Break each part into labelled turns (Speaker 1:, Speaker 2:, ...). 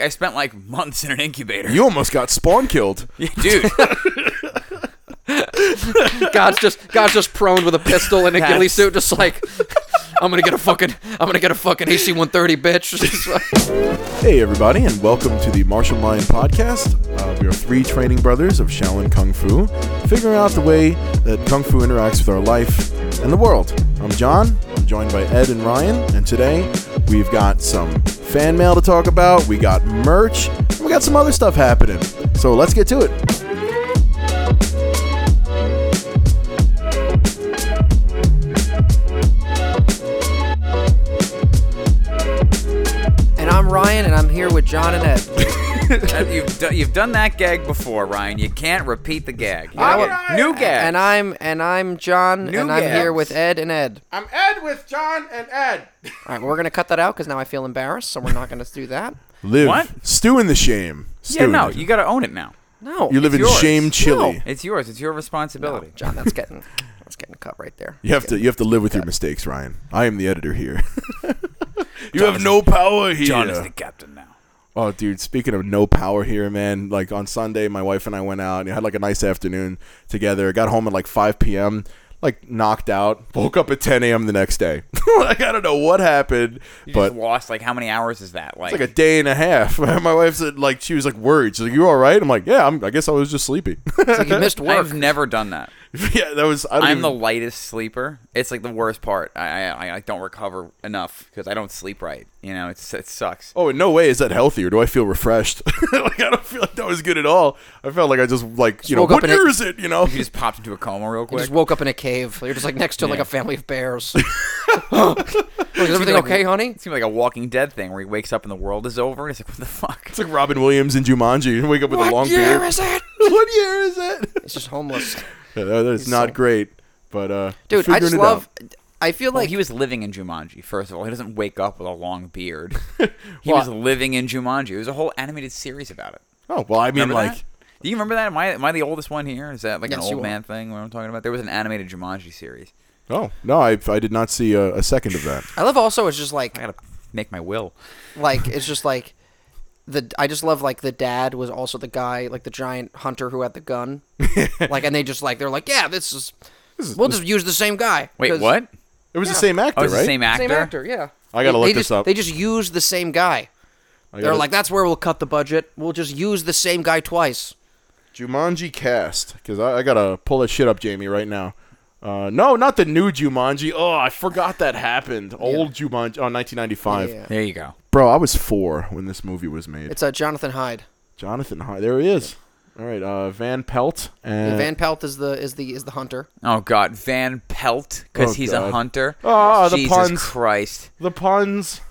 Speaker 1: I spent like months in an incubator.
Speaker 2: You almost got spawn killed.
Speaker 1: Dude,
Speaker 3: God's just God's just prone with a pistol and a ghillie suit, just like I'm gonna get a fucking I'm gonna get a fucking AC-130, bitch. Just like-
Speaker 2: Hey, everybody, and welcome to the Martial Mind Podcast. Uh, we are three training brothers of Shaolin Kung Fu, figuring out the way that Kung Fu interacts with our life and the world. I'm John. I'm joined by Ed and Ryan, and today we've got some fan mail to talk about, we got merch, and we got some other stuff happening. So let's get to it.
Speaker 3: and I'm Ryan, and I'm here with John and Ed.
Speaker 1: that- you've, do, you've done that gag before, Ryan. You can't repeat the gag. You
Speaker 3: I
Speaker 1: gotta get- new gag.
Speaker 3: And I'm and I'm John,
Speaker 1: New
Speaker 3: and I'm
Speaker 1: guest.
Speaker 3: here with Ed and Ed.
Speaker 4: I'm Ed with John and Ed.
Speaker 3: All right, we're gonna cut that out because now I feel embarrassed, so we're not gonna do that.
Speaker 2: Live.
Speaker 1: What?
Speaker 2: Stew in the shame.
Speaker 1: yeah,
Speaker 2: Stew in
Speaker 1: no,
Speaker 2: it.
Speaker 1: you got to own it now.
Speaker 3: No,
Speaker 2: You live in
Speaker 1: yours.
Speaker 2: shame chili.
Speaker 1: It's yours. It's your responsibility.
Speaker 3: John. That's getting that's getting cut right there.
Speaker 2: You have to you have to live with your mistakes, Ryan. I am the editor here. you have no power here.
Speaker 1: John is the captain now.
Speaker 2: Oh, dude, speaking of no power here, man, like on Sunday, my wife and I went out and had like a nice afternoon together. Got home at like 5 p.m., like knocked out. Woke up at 10 a.m. the next day. like, I don't know what happened,
Speaker 1: You
Speaker 2: but
Speaker 1: just lost like how many hours is that? Like,
Speaker 2: it's like a day and a half. my wife said, like, she was like worried. She's like, You all right? I'm like, Yeah, I'm, I guess I was just sleepy.
Speaker 3: It's like you missed work.
Speaker 1: I've never done that.
Speaker 2: yeah, that was, I don't
Speaker 1: I'm
Speaker 2: even-
Speaker 1: the lightest sleeper. It's like the worst part. I I, I don't recover enough because I don't sleep right. You know, it's it sucks.
Speaker 2: Oh, in no way is that healthy, or do I feel refreshed? like I don't feel like that was good at all. I felt like I just like you know
Speaker 3: woke up
Speaker 2: what
Speaker 3: in a-
Speaker 2: year is it? You know,
Speaker 1: You just popped into a coma real
Speaker 3: You
Speaker 1: quick.
Speaker 3: just woke up in a cave. You're just like next to like
Speaker 1: Yeah.
Speaker 3: a family of bears. Is everything okay, honey?
Speaker 1: It seemed like a Walking Dead thing where he wakes up and the world is over and he's like, what the fuck?
Speaker 2: it's like Robin Williams and Jumanji. You wake up with a long beard.
Speaker 3: is it?
Speaker 2: what year is it?
Speaker 3: It's just homeless.
Speaker 2: Yeah, that- that's not great, but uh,
Speaker 3: Dude, I
Speaker 2: figuring
Speaker 3: just
Speaker 2: it
Speaker 3: love.
Speaker 2: out.
Speaker 3: I feel
Speaker 1: Well,
Speaker 3: like
Speaker 1: he was living in Jumanji, first of all. He doesn't wake up with a long beard. he
Speaker 2: Well,
Speaker 1: was living in Jumanji. It was a whole animated series about it.
Speaker 2: Oh well, I mean,
Speaker 1: Remember
Speaker 2: like
Speaker 1: that? Do you remember that? Am I, am I the oldest one here? Is that like
Speaker 3: Yes,
Speaker 1: an
Speaker 3: you
Speaker 1: old
Speaker 3: are.
Speaker 1: man thing? What I'm talking about? There was an animated Jumanji series.
Speaker 2: oh no, I, I did not see a, a second of that.
Speaker 3: I love. Also, it's just like
Speaker 1: I gotta make my will.
Speaker 3: like it's just like the. I just love like the dad was also the guy like the giant hunter who had the gun. like and they just like they're like yeah this is. we'll just use the same guy.
Speaker 1: Wait,
Speaker 3: 'cause-
Speaker 1: what?
Speaker 2: It was the same actor,
Speaker 1: Oh, it's
Speaker 2: right?
Speaker 1: the same actor.
Speaker 3: Same actor, yeah.
Speaker 2: I gotta
Speaker 3: They-
Speaker 2: look
Speaker 3: they
Speaker 2: this
Speaker 3: just,
Speaker 2: up.
Speaker 3: They just use the same guy.
Speaker 2: I
Speaker 3: They're
Speaker 2: gotta-
Speaker 3: like, that's where we'll cut the budget. We'll just use the same guy twice.
Speaker 2: Jumanji cast because I, I gotta pull that shit up, Jamie, right now. Uh, no, not the new Jumanji. Oh, I forgot that happened. Old Jumanji, oh, 1995.
Speaker 3: Yeah.
Speaker 1: There you go.
Speaker 2: Bro, I was four when this movie was made.
Speaker 3: It's uh, Jonathan Hyde.
Speaker 2: Jonathan Hart. There he is. All right, uh, Van Pelt and
Speaker 3: Van Pelt is the is the is the hunter.
Speaker 1: Oh God, Van Pelt, because
Speaker 2: Oh,
Speaker 1: he's a
Speaker 2: God.
Speaker 1: hunter.
Speaker 2: Ah, the
Speaker 1: Jesus
Speaker 2: puns.
Speaker 1: Christ,
Speaker 2: the puns.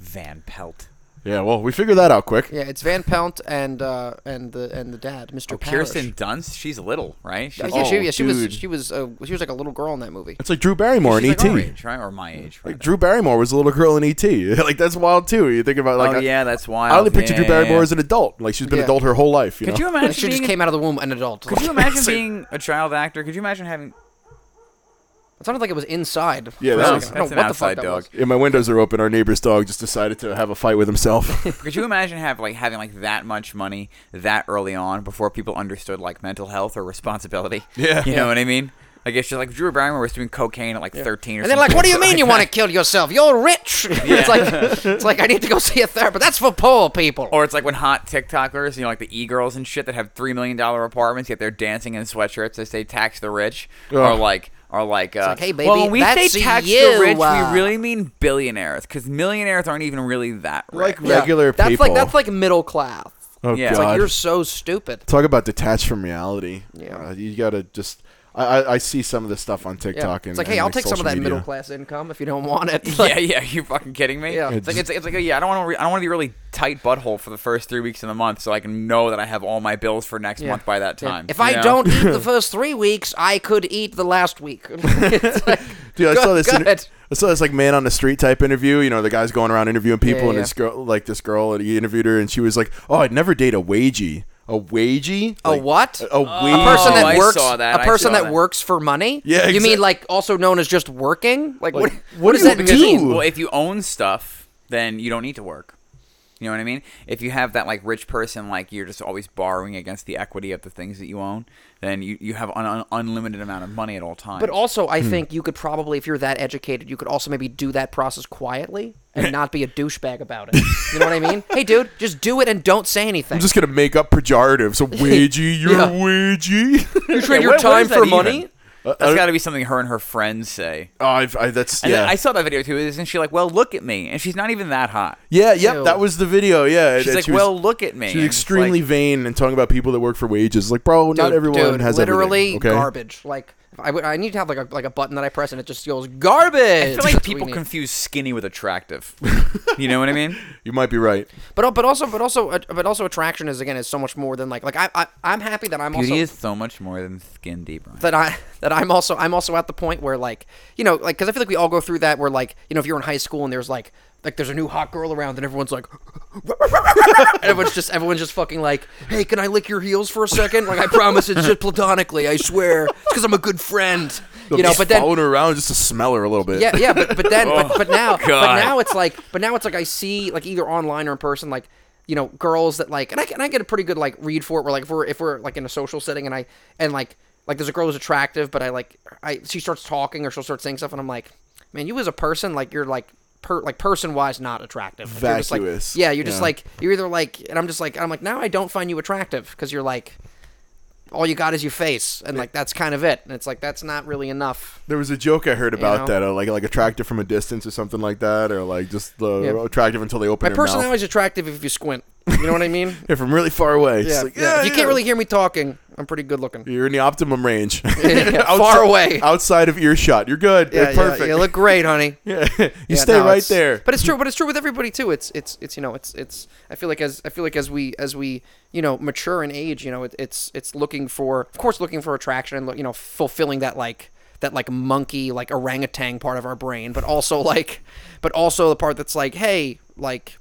Speaker 1: Van Pelt.
Speaker 2: Yeah, well, we figured that out quick.
Speaker 3: Yeah, it's Van Pelt and uh, and the and the dad, Mr. Parrish.
Speaker 1: Oh, Kirsten Dunst, she's little, right? She's
Speaker 3: Uh, yeah, she,
Speaker 2: Oh,
Speaker 3: yeah, she
Speaker 2: dude.
Speaker 3: was she was uh, she was like a little girl in that movie.
Speaker 2: It's like Drew Barrymore in
Speaker 1: she's like
Speaker 2: E.T.
Speaker 1: our age, right? Or my age. Right?
Speaker 2: Like, Drew Barrymore was a little girl in E.T. like that's wild too. You think about like
Speaker 1: oh
Speaker 2: I-
Speaker 1: yeah, that's wild.
Speaker 2: I only picture
Speaker 1: yeah,
Speaker 2: Drew
Speaker 1: yeah,
Speaker 2: Barrymore
Speaker 1: yeah.
Speaker 2: as an adult. Like she's been
Speaker 3: Yeah.
Speaker 2: adult her whole life. You
Speaker 1: Could
Speaker 2: know.
Speaker 1: you imagine?
Speaker 3: she
Speaker 1: being
Speaker 3: just
Speaker 1: a-
Speaker 3: came out of the womb an adult.
Speaker 1: Could you
Speaker 3: it
Speaker 1: imagine being a child actor? Could you imagine having?
Speaker 3: sounded like it was inside.
Speaker 2: Yeah,
Speaker 3: for a
Speaker 2: that
Speaker 3: second.
Speaker 2: was-
Speaker 3: I don't
Speaker 1: that's
Speaker 3: know
Speaker 1: an
Speaker 3: what the fuck
Speaker 1: outside
Speaker 3: that
Speaker 1: dog.
Speaker 3: was.
Speaker 2: yeah, my windows are open. Our neighbor's dog just decided to have a fight with himself.
Speaker 1: Could you imagine have like having like that much money that early on before people understood like mental health or responsibility?
Speaker 2: Yeah.
Speaker 1: you know what I mean. Like it's just like Drew Barrymore was doing cocaine at like 13 or
Speaker 3: And
Speaker 1: something.
Speaker 3: they're like, "What do you mean you want to kill yourself? You're rich." it's like it's like I need to go see a therapist. That's for poor people.
Speaker 1: Or it's like when hot TikTokers, you know, like the e girls and shit that have three million dollar apartments, yet they're dancing in sweatshirts as they tax the rich, or
Speaker 2: Ugh.
Speaker 1: like, or like, uh,
Speaker 3: like, "Hey,
Speaker 1: well, when
Speaker 3: baby,
Speaker 1: we
Speaker 3: that's
Speaker 1: say tax the
Speaker 3: you,
Speaker 1: rich,
Speaker 3: uh."
Speaker 1: we really mean billionaires, because millionaires aren't even really that rich.
Speaker 2: like regular
Speaker 3: that's
Speaker 2: people.
Speaker 3: like that's like middle class.
Speaker 2: oh
Speaker 1: Yeah.
Speaker 2: god.
Speaker 1: It's like
Speaker 3: Like you're so stupid.
Speaker 2: Talk about detached from reality.
Speaker 3: Yeah.
Speaker 2: Uh, you gotta just. I, I, I see some of this stuff on TikTok. And,
Speaker 3: it's like,
Speaker 2: and,
Speaker 3: hey, I'll
Speaker 2: like,
Speaker 3: take some of
Speaker 2: social
Speaker 3: that
Speaker 2: media.
Speaker 3: middle class income if you don't want it.
Speaker 1: yeah, yeah, you fucking kidding me?
Speaker 3: Yeah.
Speaker 1: It's like it's, it's like yeah, I don't want to re- I don't want to be really tight butthole for the first three weeks of the month, so I can know that I have all my bills for next month by that time.
Speaker 3: If
Speaker 1: you
Speaker 3: I
Speaker 1: know?
Speaker 3: don't eat the first three weeks, I could eat the last week. It's like,
Speaker 2: Dude, I
Speaker 3: good-
Speaker 2: saw this.
Speaker 3: good.
Speaker 2: inter- I saw this like man on the street type interview. You know, the guy's going around interviewing people,
Speaker 3: Yeah,
Speaker 2: and
Speaker 3: yeah.
Speaker 2: this girl, like this girl, and he interviewed her, and she was like, "Oh, I'd never date a wagey, a wagey,
Speaker 3: a
Speaker 2: Like,
Speaker 3: what?
Speaker 2: A, a
Speaker 3: A
Speaker 2: wagey.
Speaker 3: person that
Speaker 1: Oh, I
Speaker 3: works.
Speaker 1: saw that,
Speaker 3: A
Speaker 1: I
Speaker 3: person
Speaker 1: saw
Speaker 3: that,
Speaker 1: that.
Speaker 3: works for money.
Speaker 2: Yeah,
Speaker 3: You mean
Speaker 2: exact-
Speaker 3: like also known as just working?
Speaker 2: Like,
Speaker 3: Like, what?
Speaker 2: what
Speaker 3: What
Speaker 2: do
Speaker 3: does
Speaker 2: you
Speaker 3: that
Speaker 2: do?
Speaker 3: mean?
Speaker 1: well, if you own stuff, then you don't need to work. You know what I mean? If you have that like rich person, like you're just always borrowing against the equity of the things that you own, then you, you have an un- unlimited amount of money at all times.
Speaker 3: But also,
Speaker 1: Hmm.
Speaker 3: I think you could probably, if you're that educated, you could also maybe do that process quietly and not be a douchebag about it. You know what I mean? hey, dude, just do it and don't say anything.
Speaker 2: I'm just gonna make up pejorative. So wedgie, you're
Speaker 3: Yeah.
Speaker 2: a wedgie.
Speaker 3: you trade
Speaker 1: Yeah,
Speaker 3: your
Speaker 1: what- what
Speaker 3: time
Speaker 1: is that
Speaker 3: for
Speaker 1: even?
Speaker 3: money. Uh,
Speaker 1: That's got to be something her and her friends say.
Speaker 2: oh, I've, I, that's
Speaker 1: And
Speaker 2: yeah,
Speaker 1: then I saw that video too. Isn't she like, well, look at me? And she's not even that hot.
Speaker 2: yeah, yep.
Speaker 3: Ew.
Speaker 2: That was the video. Yeah, and-
Speaker 1: She's
Speaker 2: and
Speaker 1: like,
Speaker 2: she was-
Speaker 1: well, look at me.
Speaker 2: She's
Speaker 1: And it's
Speaker 2: extremely
Speaker 1: like,
Speaker 2: vain and talking about people that work for wages. Like, bro, not
Speaker 3: Dude,
Speaker 2: everyone
Speaker 3: dude,
Speaker 2: has
Speaker 3: literally
Speaker 2: everything, okay?
Speaker 3: garbage. Like I would, I need to have like a like a button that I press and it just goes garbage.
Speaker 1: I feel like
Speaker 3: That's what we
Speaker 1: people
Speaker 3: need.
Speaker 1: confuse skinny with attractive. you know what I mean?
Speaker 2: You might be right.
Speaker 3: But al- but also but also uh, but also attraction is again is so much more than like like I, I I'm happy that I'm
Speaker 1: Beauty
Speaker 3: also
Speaker 1: is so much more than skin deep. Ryan.
Speaker 3: that I that I'm also I'm also at the point where like you know like because I feel like we all go through that where like you know if you're in high school and there's like like there's a new hot girl around and everyone's like and everyone's just everyone's just fucking like hey can I lick your heels for a second like I promise it's just platonically I swear it's because I'm a good friend you know
Speaker 2: Just
Speaker 3: but then
Speaker 2: following her around just to smell her a little bit. Oh,
Speaker 3: yeah, yeah, but but then but, but now but
Speaker 1: God.
Speaker 3: now it's like but now it's like I see like either online or in person like you know girls that like and I, and I get a pretty good like read for it where like if we're if we're like in a social setting and I and like like there's a girl who's attractive but I like I she starts talking or she'll start saying stuff and I'm like man you as a person like you're like per like person wise not attractive Like, you're just, like-
Speaker 2: Vacuous.
Speaker 3: yeah you're just
Speaker 2: Yeah.
Speaker 3: like you're either like and I'm just like I'm like now I don't find you attractive because you're like all you got is your face and like that's kind of it and it's like that's not really enough
Speaker 2: There was a joke I heard about
Speaker 3: know?
Speaker 2: that, uh, like like attractive from a distance or something like that, or like just uh,
Speaker 3: Yeah.
Speaker 2: attractive until they open
Speaker 3: My
Speaker 2: their mouth.
Speaker 3: personality is attractive if you squint. You know what I mean?
Speaker 2: Yeah, from really far away. It's
Speaker 3: yeah,
Speaker 2: like,
Speaker 3: yeah. If you
Speaker 2: yeah.
Speaker 3: can't really hear me talking, I'm pretty good looking.
Speaker 2: You're in the optimum range.
Speaker 3: Yeah,
Speaker 2: Outside-
Speaker 3: far away.
Speaker 2: outside of earshot. You're good.
Speaker 3: Yeah,
Speaker 2: You're perfect.
Speaker 3: Yeah, you look great, honey.
Speaker 2: you
Speaker 3: Yeah,
Speaker 2: stay
Speaker 3: no,
Speaker 2: right
Speaker 3: it's-
Speaker 2: there.
Speaker 3: But it's true. But it's true with everybody too. It's it's it's you know it's it's. I feel like as I feel like as we as we you know mature in age, you know it, it's it's looking for of course looking for attraction and look- you know fulfilling that like that like monkey like orangutan part of our brain, but also like but also the part that's like hey like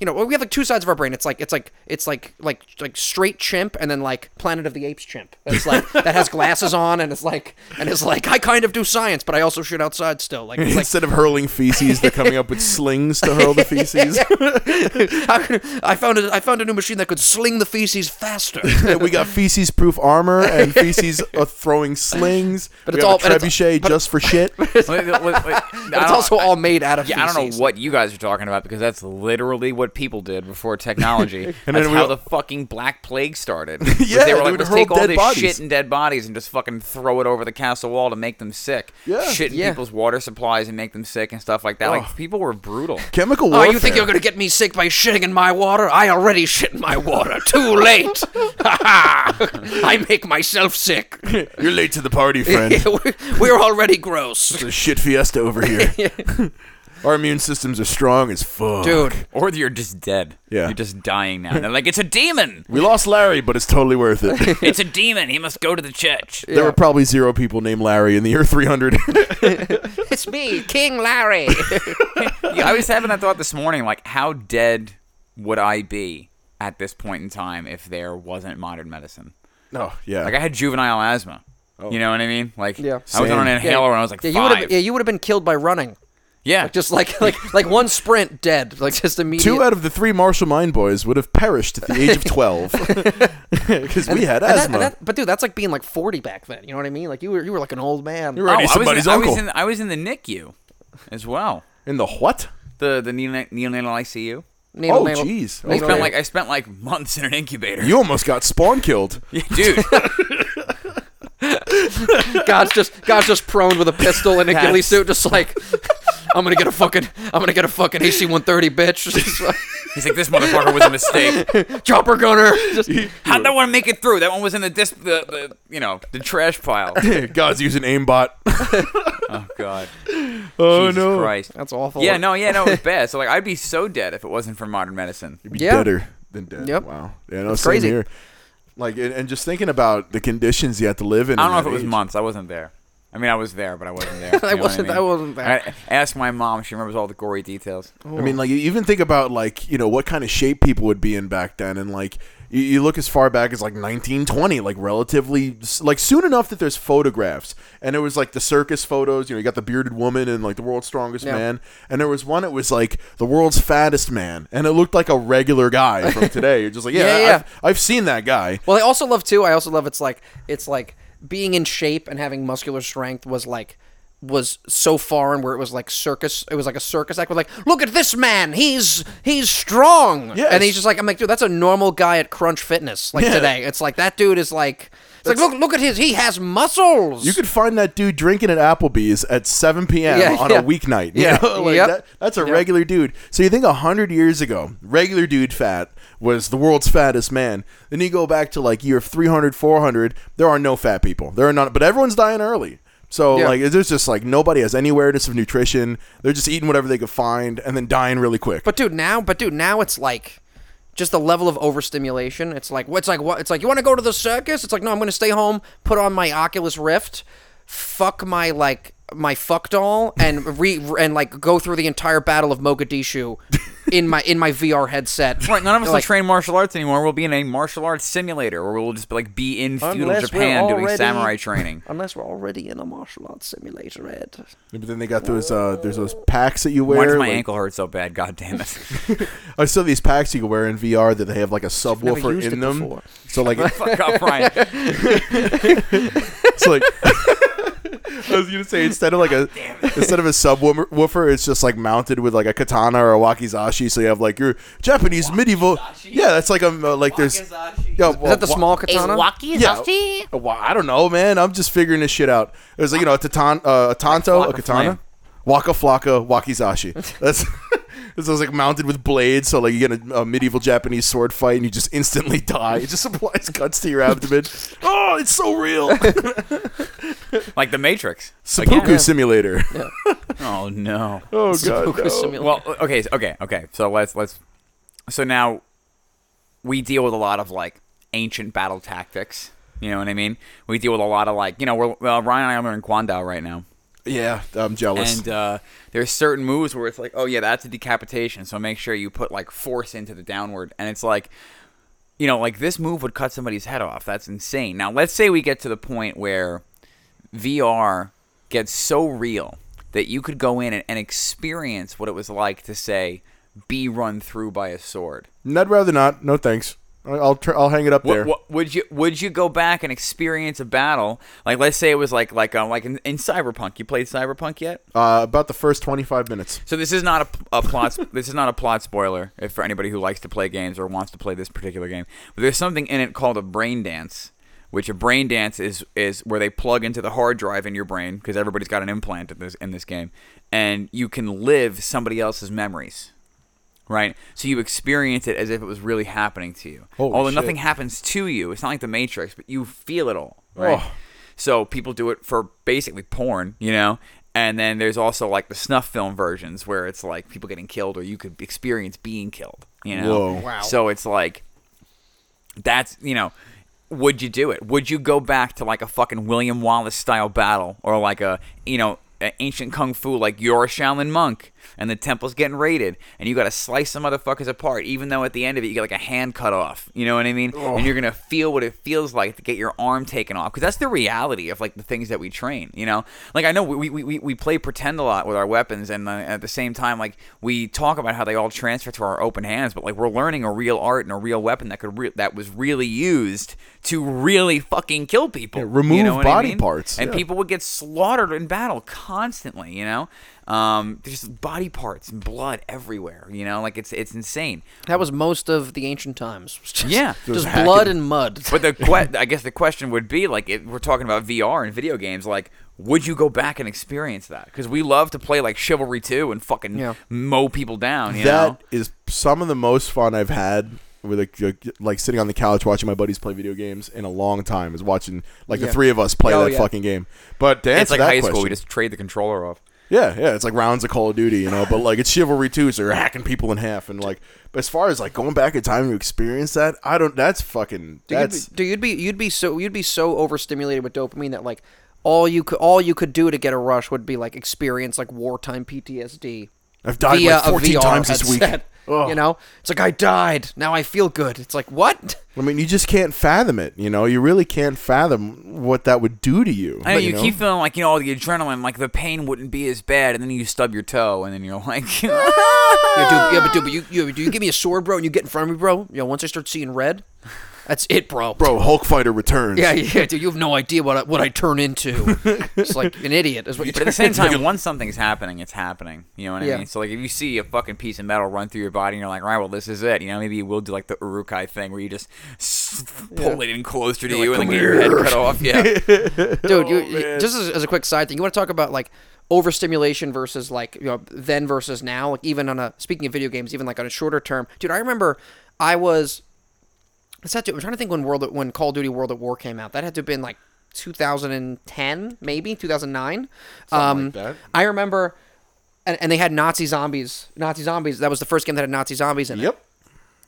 Speaker 3: you know we have like two sides of our brain. It's like it's like it's like like like straight chimp and then like Planet of the Apes chimp. That's like that has glasses on and it's like and it's like I kind of do science, but I also shoot outside still. Like it's like
Speaker 2: Instead of hurling feces, they're coming up with slings to hurl the feces.
Speaker 3: How can- I found a, I found a new machine that could sling the feces faster.
Speaker 2: And we got feces-proof armor and feces uh, throwing slings. But
Speaker 3: it's all- but Oh, it's-
Speaker 2: trebuchet just for shit.
Speaker 1: Wait, wait, wait, wait.
Speaker 3: But it's also all made out of
Speaker 1: Yeah, I don't know
Speaker 3: feces.
Speaker 1: what you guys are talking about because that's literally what people did before technology.
Speaker 2: And
Speaker 1: that's
Speaker 2: then we-
Speaker 1: how the fucking black plague started.
Speaker 2: Yeah,
Speaker 1: they were
Speaker 2: they
Speaker 1: like,
Speaker 2: would
Speaker 1: let's
Speaker 2: hurl
Speaker 1: take all
Speaker 2: dead
Speaker 1: this
Speaker 2: bodies."
Speaker 1: shit and dead bodies and just fucking throw it over the castle wall to make them sick.
Speaker 2: Yeah.
Speaker 1: shit in
Speaker 3: Yeah.
Speaker 1: people's water supplies and make them sick and stuff like that.
Speaker 2: Ugh.
Speaker 1: Like people were brutal.
Speaker 2: Chemical
Speaker 3: Oh,
Speaker 2: warfare.
Speaker 3: you think you're gonna get me sick by shitting in my water? I already shit in my water. Too late. Ha ha! I make myself sick.
Speaker 2: You're late to the party, friend.
Speaker 3: We're- We're already gross,
Speaker 2: It's a shit fiesta over here. Our immune systems are strong as fuck.
Speaker 3: dude.
Speaker 1: Or you're just dead.
Speaker 2: Yeah.
Speaker 1: You're just dying now. They're like, it's a demon.
Speaker 2: We lost Larry, but it's totally worth it.
Speaker 1: It's a demon. He must go to the church.
Speaker 2: There were probably zero people named Larry in the year 300.
Speaker 3: It's me, King Larry.
Speaker 1: Yeah, I was having that thought this morning. Like, how dead would I be at this point in time if there wasn't modern medicine?
Speaker 2: no, yeah.
Speaker 1: Like I had juvenile asthma. You know what I mean? Like
Speaker 3: Yeah.
Speaker 1: I was
Speaker 2: Same.
Speaker 1: on an inhaler when I was like
Speaker 3: yeah, you would
Speaker 1: five.
Speaker 3: have. Yeah, you would have been killed by running.
Speaker 1: yeah.
Speaker 3: Like, just like like like one sprint, dead. Like just immediate.
Speaker 2: Two out of the three Marshall Mine boys would have perished at the age of 12 because we had
Speaker 3: And that-
Speaker 2: asthma.
Speaker 3: and that- but dude, that's like being like 40 back then. You know what I mean? Like you were you were like an old man.
Speaker 2: You're
Speaker 1: Oh,
Speaker 2: already
Speaker 1: I was
Speaker 2: somebody's
Speaker 1: in, I
Speaker 2: uncle.
Speaker 1: was in I was in the NICU as well.
Speaker 2: in the what?
Speaker 1: The the neonatal, neonatal ICU.
Speaker 3: Needle,
Speaker 2: Oh,
Speaker 3: nail-
Speaker 2: jeez.
Speaker 1: I
Speaker 2: Okay.
Speaker 3: needle-
Speaker 1: spent like I spent like months in an incubator.
Speaker 2: You almost got spawn killed.
Speaker 1: Dude,
Speaker 3: God's just God's just prone with a pistol and a ghillie suit, just like I'm gonna get a fucking I'm gonna get a fucking AC-130, bitch. Just like,
Speaker 1: he's like this motherfucker was a mistake.
Speaker 3: Chopper gunner. Just,
Speaker 1: How'd that one make it through? That one was in the dis the, the you know the trash pile.
Speaker 2: God's using aimbot.
Speaker 1: Oh God.
Speaker 2: oh
Speaker 1: Jesus
Speaker 2: no.
Speaker 1: Christ.
Speaker 3: that's awful.
Speaker 1: Yeah, no, yeah, no, it was bad. So like I'd be so dead if it wasn't for modern medicine.
Speaker 2: You'd be
Speaker 3: Yeah.
Speaker 2: deader than dead.
Speaker 3: Yep.
Speaker 2: Wow. Yeah, no,
Speaker 3: It's
Speaker 2: same
Speaker 3: crazy.
Speaker 2: here. Like, and, and just thinking about the conditions you had to live in.
Speaker 1: I
Speaker 2: in
Speaker 1: don't know if
Speaker 2: that
Speaker 1: it was
Speaker 2: age.
Speaker 1: months. I wasn't there. I mean, I was there, but I wasn't there. You know what
Speaker 3: wasn't-
Speaker 1: I, mean?
Speaker 3: I wasn't there.
Speaker 1: I- ask my mom; she remembers all the gory details.
Speaker 2: I mean, like you even think about like you know what kind of shape people would be in back then, and like you, you look as far back as like 1920, like relatively like soon enough that there's photographs, and it was like the circus photos. You know, you got the bearded woman and like the world's strongest
Speaker 3: Yeah.
Speaker 2: man, and there was one that was like the world's fattest man, and it looked like a regular guy from today. You're just like, yeah,
Speaker 3: Yeah,
Speaker 2: I-
Speaker 3: yeah.
Speaker 2: I've, I've seen that guy.
Speaker 3: Well, I also love too. I also love it's like it's like being in shape and having muscular strength was like was so foreign where it was like circus. It was like a circus act. Where like, look at this man. He's he's strong.
Speaker 2: Yes.
Speaker 3: And he's just like, I'm like, dude, that's a normal guy at Crunch Fitness. Like
Speaker 2: Yeah.
Speaker 3: today, it's like that dude is like, it's like look look at his. He has muscles.
Speaker 2: You could find that dude drinking at Applebee's at 7 p.m.
Speaker 3: Yeah,
Speaker 2: on
Speaker 3: yeah.
Speaker 2: a weeknight. you
Speaker 3: Yeah.
Speaker 2: know? Like,
Speaker 3: Yep.
Speaker 2: that- that's a regular dude. So you think 100 years ago, regular dude fat was the world's fattest man. Then you go back to like year 300, 400, there are no fat people. There are not, but everyone's dying early. So
Speaker 3: Yeah.
Speaker 2: like, there's just like nobody has any awareness of nutrition. They're just eating whatever they could find and then dying really quick.
Speaker 3: But dude, now, but dude, now it's like just the level of overstimulation. It's like what's like what? It's like you want to go to the circus? It's like no, I'm going to stay home, put on my Oculus Rift, fuck my like my fuck doll, and re and like go through the entire battle of Mogadishu in my in my VR headset.
Speaker 1: Right, none of us will
Speaker 3: Like-
Speaker 1: train martial arts anymore. We'll be in a martial arts simulator where we'll just like be in feudal
Speaker 3: Unless we're
Speaker 1: Japan doing
Speaker 3: already-
Speaker 1: samurai training.
Speaker 3: Unless we're already in a martial arts simulator, Ed.
Speaker 2: but then they got those uh, there's those packs that you wear.
Speaker 1: Why does my
Speaker 2: like-
Speaker 1: ankle hurt so bad? God damn it!
Speaker 2: I saw these packs you can wear in VR that they have like a subwoofer
Speaker 3: used
Speaker 2: in
Speaker 3: it
Speaker 2: them.
Speaker 3: before.
Speaker 2: So like
Speaker 1: Fuck up, Ryan.
Speaker 2: It's like I was gonna say instead of like a instead of a subwoofer, it's just like mounted with like a katana or a wakizashi. So you have like your Japanese medieval. Yeah, that's like a uh, like there's. Yeah,
Speaker 3: Is that the small katana?
Speaker 2: Yeah, a wa- I don't know, man. I'm just figuring this shit out. There's like you know a, tatan- uh, a tanto, a
Speaker 1: Waka
Speaker 2: katana,
Speaker 1: flame.
Speaker 2: waka flocka, wakizashi. That's. This is like mounted with blades, so like you get a, a medieval Japanese sword fight, and you just instantly die. It just applies cuts to your abdomen. oh, it's so real!
Speaker 1: like the Matrix.
Speaker 2: Seppuku simulator.
Speaker 1: Oh no.
Speaker 2: Oh god.
Speaker 3: Poker simulator.
Speaker 1: Well, okay, so- okay, okay. So let's let's. So now, we deal with a lot of like ancient battle tactics. You know what I mean? We deal with a lot of like you know we're well, Ryan and I are in Guandao right now,
Speaker 2: Yeah, I'm jealous.
Speaker 1: and uh, there's certain moves where it's like, oh yeah, that's a decapitation. So make sure you put like force into the downward, and it's like. You know, like this move would cut somebody's head off. That's insane. Now, let's say we get to the point where VR gets so real that you could go in and, and experience what it was like to say be run through by a sword.
Speaker 2: I'd rather not. No thanks. I- I'll tr- I'll hang it up there.
Speaker 1: What, what, would you would you go back and experience a battle? Like let's say it was like like um, like in, in Cyberpunk. You played Cyberpunk yet?
Speaker 2: Uh, about the first 25 minutes.
Speaker 1: So this is not a, a plot. this is not a plot spoiler if for anybody who likes to play games or wants to play this particular game. But there's something in it called a brain dance, which a brain dance is is where they plug into the hard drive in your brain because everybody's got an implant in this in this game, and you can live somebody else's memories. Right, so you experience it as if it was really happening to you.
Speaker 2: Holy
Speaker 1: Although
Speaker 2: shit.
Speaker 1: nothing happens to you, it's not like the Matrix, but you feel it all. Right.
Speaker 2: Oh.
Speaker 1: So people do it for basically porn, you know? And then there's also like the snuff film versions where it's like people getting killed or you could experience being killed, you know?
Speaker 2: Whoa.
Speaker 3: Wow.
Speaker 1: So it's like, that's, you know, would you do it? Would you go back to like a fucking William Wallace style battle or like a, you know, a ancient kung fu like you're a Shaolin monk and the temple's getting raided and you got to slice some motherfuckers apart even though at the end of it you get like a hand cut off you know what I mean and you're gonna feel what it feels like to get your arm taken off because that's the reality of like the things that we train you know like I know we, we, we, we play pretend a lot with our weapons and uh, at the same time like we talk about how they all transfer to our open hands but like we're learning a real art and a real weapon that could re- that was really used to really fucking kill people
Speaker 2: Yeah, remove
Speaker 1: you know what I
Speaker 2: body
Speaker 1: mean?
Speaker 2: parts,
Speaker 1: and
Speaker 2: yeah.
Speaker 1: people people would get slaughtered in battle constantly. You know, um, there's just body parts and blood everywhere. You know, like it's it's insane.
Speaker 3: that was most of the ancient times. Just-
Speaker 1: Yeah.
Speaker 3: just
Speaker 2: hacking.
Speaker 3: blood and mud.
Speaker 1: But the que- I guess the question would be like if we're talking about VR and video games, like would you go back and experience that? Because we love to play like Chivalry 2 and fucking
Speaker 3: Yeah.
Speaker 1: mow people down. You know?
Speaker 2: That is some of the most fun I've had with like, like- like sitting on the couch watching my buddies play video games in a long time is watching like the
Speaker 3: Yeah.
Speaker 2: three of us play
Speaker 3: Oh,
Speaker 2: that
Speaker 3: yeah.
Speaker 2: fucking game. But to answer
Speaker 1: it's like
Speaker 2: that
Speaker 1: high
Speaker 2: question,
Speaker 1: school. We just trade the controller off.
Speaker 2: Yeah, yeah, it's like rounds of Call of Duty, you know, but like it's chivalry too, so you're hacking people in half and like but as far as like going back in time to experience that, I don't that's fucking
Speaker 3: Dude,
Speaker 2: that's
Speaker 3: you'd be, dude, you'd be you'd be so you'd be so overstimulated with dopamine that like all you could all you could do to get a rush would be like experience like wartime PTSD.
Speaker 2: I've died
Speaker 3: via
Speaker 2: like
Speaker 3: a
Speaker 2: 14
Speaker 3: VR
Speaker 2: times this week.
Speaker 3: headset. You know, it's like I died. Now I feel good. It's like what?
Speaker 2: I mean, you just can't fathom it. You know, you really can't fathom what that would do to you.
Speaker 1: I know you,
Speaker 2: know?
Speaker 1: keep feeling like you know all the adrenaline, like the pain wouldn't be as bad, and then you stub your toe, and then you're like,
Speaker 3: Yeah, dude, yeah, but dude, but you, you, do you give me a sword, bro, and you get in front of me, bro? You know, once I start seeing red, that's it, bro.
Speaker 2: bro. Hulk fighter returns.
Speaker 3: Yeah, yeah, dude, you have no idea what I, what I turn into. it's like an idiot is what you
Speaker 1: But at the same time, once something's happening, it's happening. You know what I
Speaker 3: Yeah.
Speaker 1: mean? So like, if you see a fucking piece of metal run through your body, and you're like, all right, well, this is it. You know, maybe you will do like the urukai thing where you just s- pull it in closer to you and like, get your head cut off. Yeah,
Speaker 3: dude.
Speaker 2: Oh,
Speaker 3: You, you- just as, as a quick side thing, you want to talk about like overstimulation versus like you know then versus now. Like even on a speaking of video games, even like on a shorter term, dude. I remember I was. It's had to, I'm trying to think when World when Call of Duty World at War came out. That had to have been like 2010, maybe 2009. um,
Speaker 2: that.
Speaker 3: I remember, and, and they had Nazi zombies. Nazi zombies. That was the first game that had Nazi zombies in it.
Speaker 2: Yep.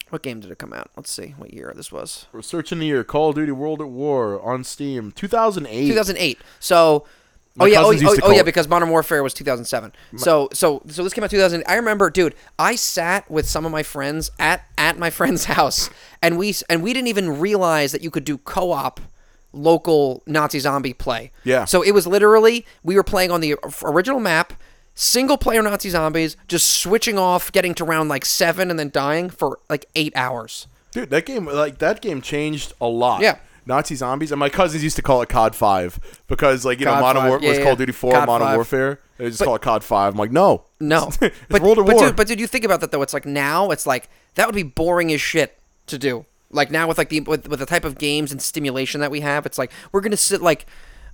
Speaker 3: What game did it come out? Let's see what year this was.
Speaker 2: We're searching the year Call of Duty World at War on Steam, 2008.
Speaker 3: 2008. So,
Speaker 2: My
Speaker 3: oh yeah, oh,
Speaker 2: cousins used
Speaker 3: oh,
Speaker 2: to
Speaker 3: oh,
Speaker 2: call
Speaker 3: yeah,
Speaker 2: it-
Speaker 3: because Modern Warfare was 2007. so, so, so this came out 2000. I remember, dude, I sat with some of my friends at at my friend's house, and we s- and we didn't even realize that you could do co-op local Nazi zombie play.
Speaker 2: Yeah.
Speaker 3: So it was literally we were playing on the original map. Single player Nazi zombies, just switching off, getting to round like seven, and then dying for like eight hours.
Speaker 2: Dude, that game like that game changed a lot.
Speaker 3: Yeah.
Speaker 2: Nazi zombies, and my cousins used to call it COD Five because like you know
Speaker 3: COD
Speaker 2: Modern
Speaker 3: 5,
Speaker 2: War was
Speaker 3: yeah,
Speaker 2: Call
Speaker 3: yeah.
Speaker 2: of Duty Four,
Speaker 3: COD
Speaker 2: Modern
Speaker 3: 5.
Speaker 2: Warfare. They just call it COD Five. I'm like, no,
Speaker 3: No, but
Speaker 2: World at
Speaker 3: but
Speaker 2: War.
Speaker 3: dude, but dude, you think about that though. It's like now, it's like that would be boring as shit to do. Like now with like the with, with the type of games and stimulation that we have, it's like we're gonna sit like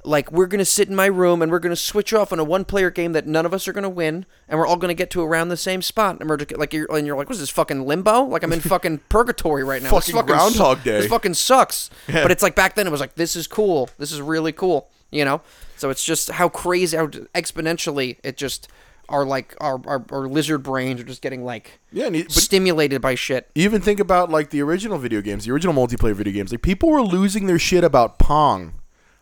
Speaker 3: like we're gonna sit in my room and we're gonna switch off on a one player game that none of us are gonna win, and we're all gonna get to around the same spot, and we're just, like you're, and you're like, what's this fucking limbo? Like I'm in fucking purgatory right now. This
Speaker 2: Fucking Groundhog
Speaker 3: su-
Speaker 2: Day.
Speaker 3: This fucking sucks. But it's like back then, it was like this is cool. This is really cool. You know. So it's just how crazy, how exponentially it just our like our, our, our lizard brains are just getting like
Speaker 2: yeah. And, it- but
Speaker 3: stimulated by shit.
Speaker 2: even think about like the original video games, the original multiplayer video games. Like people were losing their shit about Pong.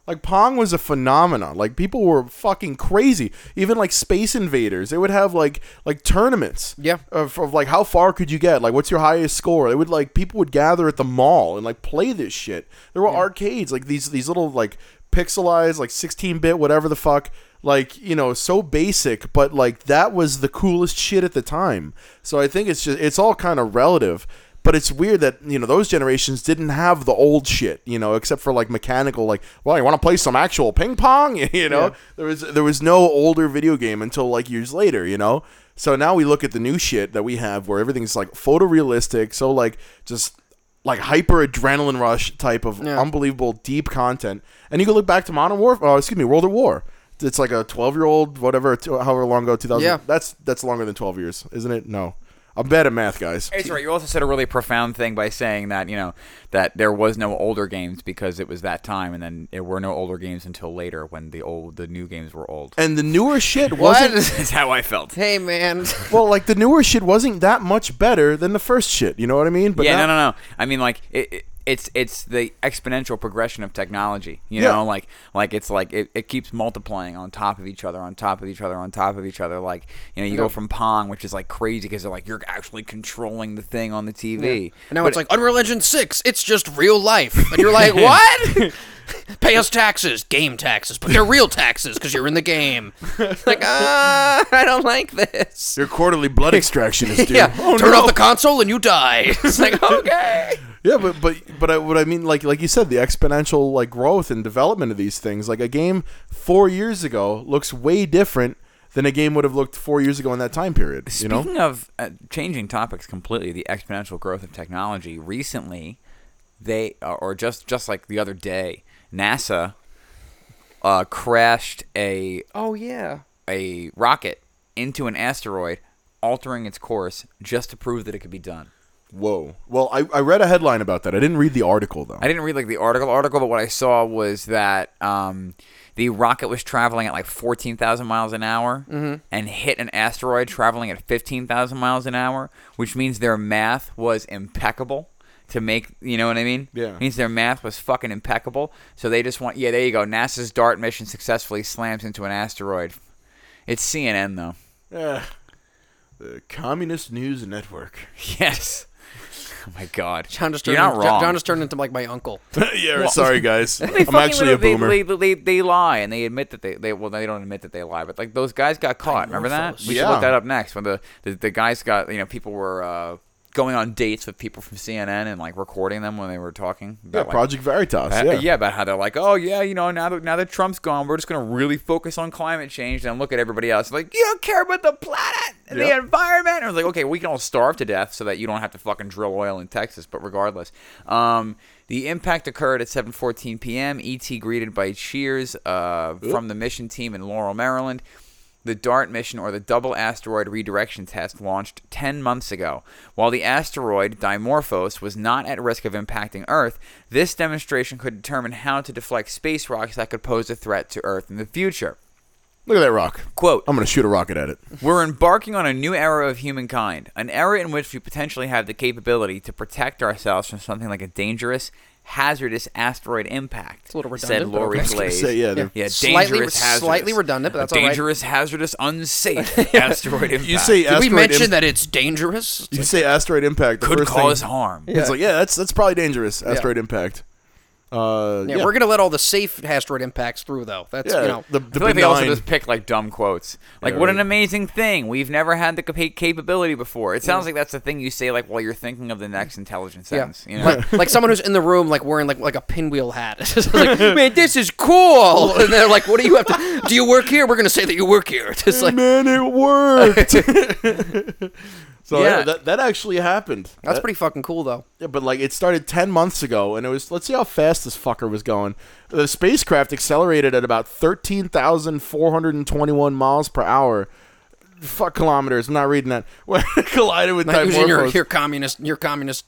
Speaker 2: Like Pong was a phenomenon. Like people were fucking crazy. Even like Space Invaders, they would have like like tournaments.
Speaker 3: Yeah.
Speaker 2: Of, of like how far could you get? Like what's your highest score? They would like people would gather at the mall and like play this shit. There were arcades like these these little like pixelized like 16 bit whatever the fuck like you know so basic but like that was the coolest shit at the time so i think it's just it's all kind of relative but it's weird that you know those generations didn't have the old shit you know except for like mechanical like well you want to play some actual ping pong you know there was there was no older video game until like years later you know so now we look at the new shit that we have where everything's like photorealistic so like just like hyper adrenaline rush type of unbelievable deep content. And you can look back to Modern War, oh, excuse me, World at War. It's like a 12 year old, whatever, t- however long ago, 2000.
Speaker 3: Yeah.
Speaker 2: That's that's longer than 12 years, isn't it? No. I'm bad at math, guys.
Speaker 1: it's right. You also said a really profound thing by saying that you know that there was no older games because it was that time, and then there were no older games until later when the old the new games were old.
Speaker 2: And the newer shit wasn't
Speaker 1: That's how I felt.
Speaker 3: Hey man,
Speaker 2: well, like the newer shit wasn't that much better than the first shit. You know what I mean? But
Speaker 1: yeah,
Speaker 2: now-
Speaker 1: no, no, no. I mean, like it, it, it's it's the exponential progression of technology. You
Speaker 2: Yeah.
Speaker 1: know, like like it's like it, it keeps multiplying on top of each other, on top of each other, on top of each other. Like you know, you go from Pong, which is like crazy because they're like you're actually controlling the thing on the TV.
Speaker 3: and now it's like Unreal Engine Six. It's just real life, and you're like, what? Pay us taxes, game taxes, but they're real taxes because you're in the game. like, ah, I don't like this.
Speaker 2: Your quarterly blood extraction is due.
Speaker 3: Yeah,
Speaker 2: Oh,
Speaker 3: turn
Speaker 2: no.
Speaker 3: off the console and you die. it's like okay.
Speaker 2: Yeah, but but but I, what I mean, like like you said, the exponential like growth and development of these things. Like a game four years ago looks way different than a game would have looked four years ago in that time period. You know,
Speaker 1: Speaking of uh, changing topics completely, the exponential growth of technology. Recently, they uh, or just just like the other day, NASA uh, crashed a
Speaker 3: Oh yeah.
Speaker 1: a rocket into an asteroid, altering its course just to prove that it could be done.
Speaker 2: whoa. Well, I, I read a headline about that. I didn't read the article though.
Speaker 1: I didn't read like the article article, but what I saw was that um, the rocket was traveling at like fourteen thousand miles an hour and hit an asteroid traveling at fifteen thousand miles an hour, which means their math was impeccable. to make you know what I mean?
Speaker 2: Yeah.
Speaker 1: Means their math was fucking impeccable. So they just want yeah, there you go. NASA's DART mission successfully slams into an asteroid. It's CNN though.
Speaker 2: Ah, the Communist News Network.
Speaker 1: Yes. Oh my god.
Speaker 3: John just
Speaker 1: You're
Speaker 3: turned,
Speaker 1: not wrong.
Speaker 3: John just turned into like my uncle.
Speaker 2: yeah, sorry guys.
Speaker 1: They
Speaker 2: I'm
Speaker 1: fucking
Speaker 2: actually a
Speaker 1: literally-
Speaker 2: boomer.
Speaker 1: They, they, they, they lie and they admit that they, they well they don't admit that they lie, but like those guys got caught. Remember that? We should
Speaker 2: Yeah.
Speaker 1: look that up next when the, the the guys got you know people were uh, going on dates with people from CNN and like recording them when they were talking.
Speaker 2: yeah,
Speaker 1: About, like,
Speaker 2: Project Veritas.
Speaker 1: uh,
Speaker 2: yeah.
Speaker 1: yeah. about how they're like, oh yeah, you know, now that now that Trump's gone, we're just gonna really focus on climate change and look at everybody else. Like, you don't care about the planet and
Speaker 2: Yeah.
Speaker 1: the environment. And I was like, okay, we can all starve to death so that you don't have to fucking drill oil in Texas. But regardless, um, the impact occurred at 7:14 p.m. ET E greeted by cheers uh, from the mission team in Laurel, Maryland. The DART mission, or the Double Asteroid Redirection Test, launched 10 months ago. While the asteroid, Dimorphos, was not at risk of impacting Earth, this demonstration could determine how to deflect space rocks that could pose a threat to Earth in the future.
Speaker 2: Look at that rock.
Speaker 1: Quote,
Speaker 2: I'm gonna shoot a rocket at it.
Speaker 1: we're embarking on a new era of humankind, an era in which we potentially have the capability to protect ourselves from something like a dangerous, hazardous asteroid impact. It's
Speaker 3: a little
Speaker 1: Said
Speaker 3: redundant, but
Speaker 1: Lori
Speaker 3: okay. I was gonna
Speaker 1: Glaze.
Speaker 2: say, yeah, they're-
Speaker 1: yeah,
Speaker 3: Slightly-
Speaker 1: dangerous, hazardous.
Speaker 3: slightly redundant, but
Speaker 1: A
Speaker 3: that's all right.
Speaker 1: Dangerous, hazardous, unsafe asteroid impact.
Speaker 2: You say
Speaker 3: Did
Speaker 2: asteroid
Speaker 3: we mention
Speaker 2: im-
Speaker 3: that it's dangerous?
Speaker 2: You say asteroid impact. The
Speaker 1: could
Speaker 2: first
Speaker 1: cause
Speaker 2: thing,
Speaker 1: harm.
Speaker 2: It's like yeah, that's that's probably dangerous. Asteroid impact. Uh,
Speaker 3: Yeah, we're gonna let all the safe asteroid impacts through though. That's
Speaker 2: yeah,
Speaker 3: you know
Speaker 2: the,
Speaker 1: I
Speaker 2: the
Speaker 1: feel like they also
Speaker 2: benign.
Speaker 1: just pick like dumb quotes. Like,
Speaker 2: Yeah,
Speaker 1: what
Speaker 2: right.
Speaker 1: an amazing thing! We've never had the capa- capability before. It sounds like that's the thing you say like while you're thinking of the next intelligent
Speaker 3: yeah.
Speaker 1: sentence. You know?
Speaker 3: like, like someone who's in the room like wearing like like a pinwheel hat. It's just like, man, this is cool. And they're like, what do you have to? Do you work here? We're gonna say that you work here. It's just like
Speaker 2: Man, it worked. so yeah,
Speaker 1: Yeah.
Speaker 2: that, that actually happened.
Speaker 3: that's
Speaker 2: That-
Speaker 3: pretty fucking cool though.
Speaker 2: Yeah, but like it started ten months ago, and it was let's see how fast this fucker was going. The spacecraft accelerated at about thirteen thousand four hundred and twenty-one miles per hour. Fuck kilometers. I'm not reading that. When it collided with
Speaker 3: Not using your,
Speaker 2: Dimorphos.
Speaker 3: your communist, your communist.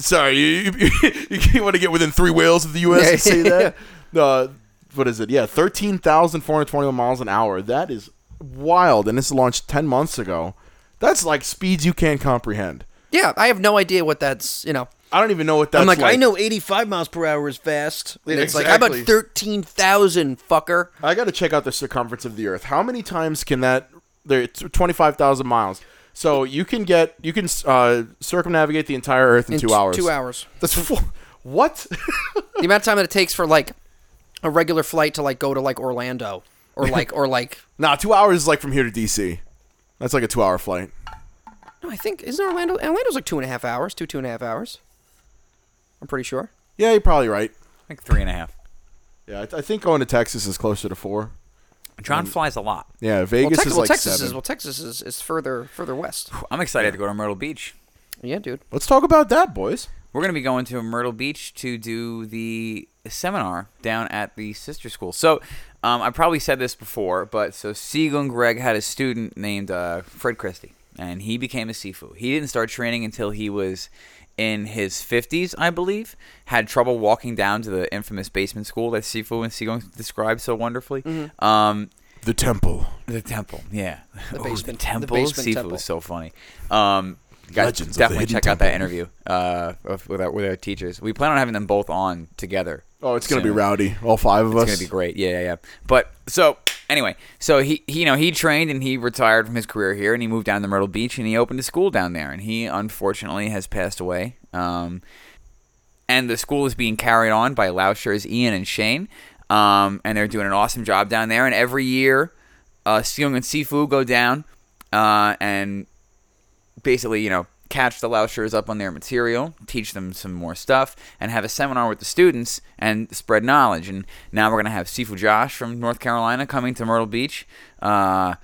Speaker 2: Sorry, you, you, you, want to get within three whales of the U.S. and say that? Uh, what is it? Yeah, 13,421 miles an hour. That is wild. And this launched 10 months ago. That's like speeds you can't comprehend.
Speaker 3: Yeah, I have no idea what that's. You know,
Speaker 2: I don't even know what that's
Speaker 3: I'm like, I know 85 miles per hour is fast. And it's like, how
Speaker 2: Exactly.
Speaker 3: about 13,000, fucker?
Speaker 2: I got to check out the circumference of the Earth. How many times can that? There, it's 25,000 miles. So you can get, you can uh, circumnavigate the entire Earth in,
Speaker 3: In
Speaker 2: two
Speaker 3: t-
Speaker 2: hours.
Speaker 3: two hours.
Speaker 2: That's what?
Speaker 3: the amount of time that it takes for like a regular flight to like go to like Orlando or like or like
Speaker 2: nah, two hours is like from here to DC. That's like a two-hour flight.
Speaker 3: no, I think isn't Orlando Orlando's like two and a half hours, two two and a half hours. I'm pretty sure.
Speaker 2: Yeah, you're probably right.
Speaker 1: like three and a half.
Speaker 2: Yeah, I, I think going to Texas is closer to four.
Speaker 1: John flies a lot.
Speaker 2: Yeah,
Speaker 3: Well,
Speaker 2: Vegas
Speaker 3: Texas,
Speaker 2: is
Speaker 3: well,
Speaker 2: like
Speaker 3: Texas
Speaker 2: seven.
Speaker 3: is well, Texas is, is further further west.
Speaker 1: I'm excited to go to Myrtle Beach.
Speaker 3: Yeah, dude.
Speaker 2: Let's talk about that, boys.
Speaker 1: We're going to be going to Myrtle Beach to do the seminar down at the sister school. So, um, I probably said this before, but so Siegel and Greg had a student named uh, Fred Christie, and he became a Sifu. He didn't start training until he was in his 50s, I believe. Had trouble walking down to the infamous basement school that Sifu and Siegel described so wonderfully. Um,
Speaker 2: The temple.
Speaker 1: the temple, yeah. Oh, The
Speaker 3: basement- the
Speaker 1: the temple.
Speaker 3: basement
Speaker 1: Sifu
Speaker 3: temple.
Speaker 1: was so funny. Um, guys,
Speaker 2: Legends of the
Speaker 1: definitely
Speaker 2: hidden
Speaker 1: check out that interview uh, of, with, our, with our teachers. We plan on having them both on together.
Speaker 2: Oh, it's gonna be
Speaker 1: soon.
Speaker 2: rowdy. All five of
Speaker 1: It's
Speaker 2: us.
Speaker 1: gonna be great. Yeah, yeah, yeah. But so anyway, so he, he you know he trained and he retired from his career here and he moved down to Myrtle Beach and he opened a school down there and he unfortunately has passed away. Um, and the school is being carried on by Lauscher's Ian and Shane, um, and they're doing an awesome job down there. And every year, uh, Seung and Sifu go down uh, and basically, you know, catch the Lauschers up on their material, teach them some more stuff, and have a seminar with the students and spread knowledge. And now we're going to have Sifu Josh from North Carolina coming to Myrtle Beach. Uh,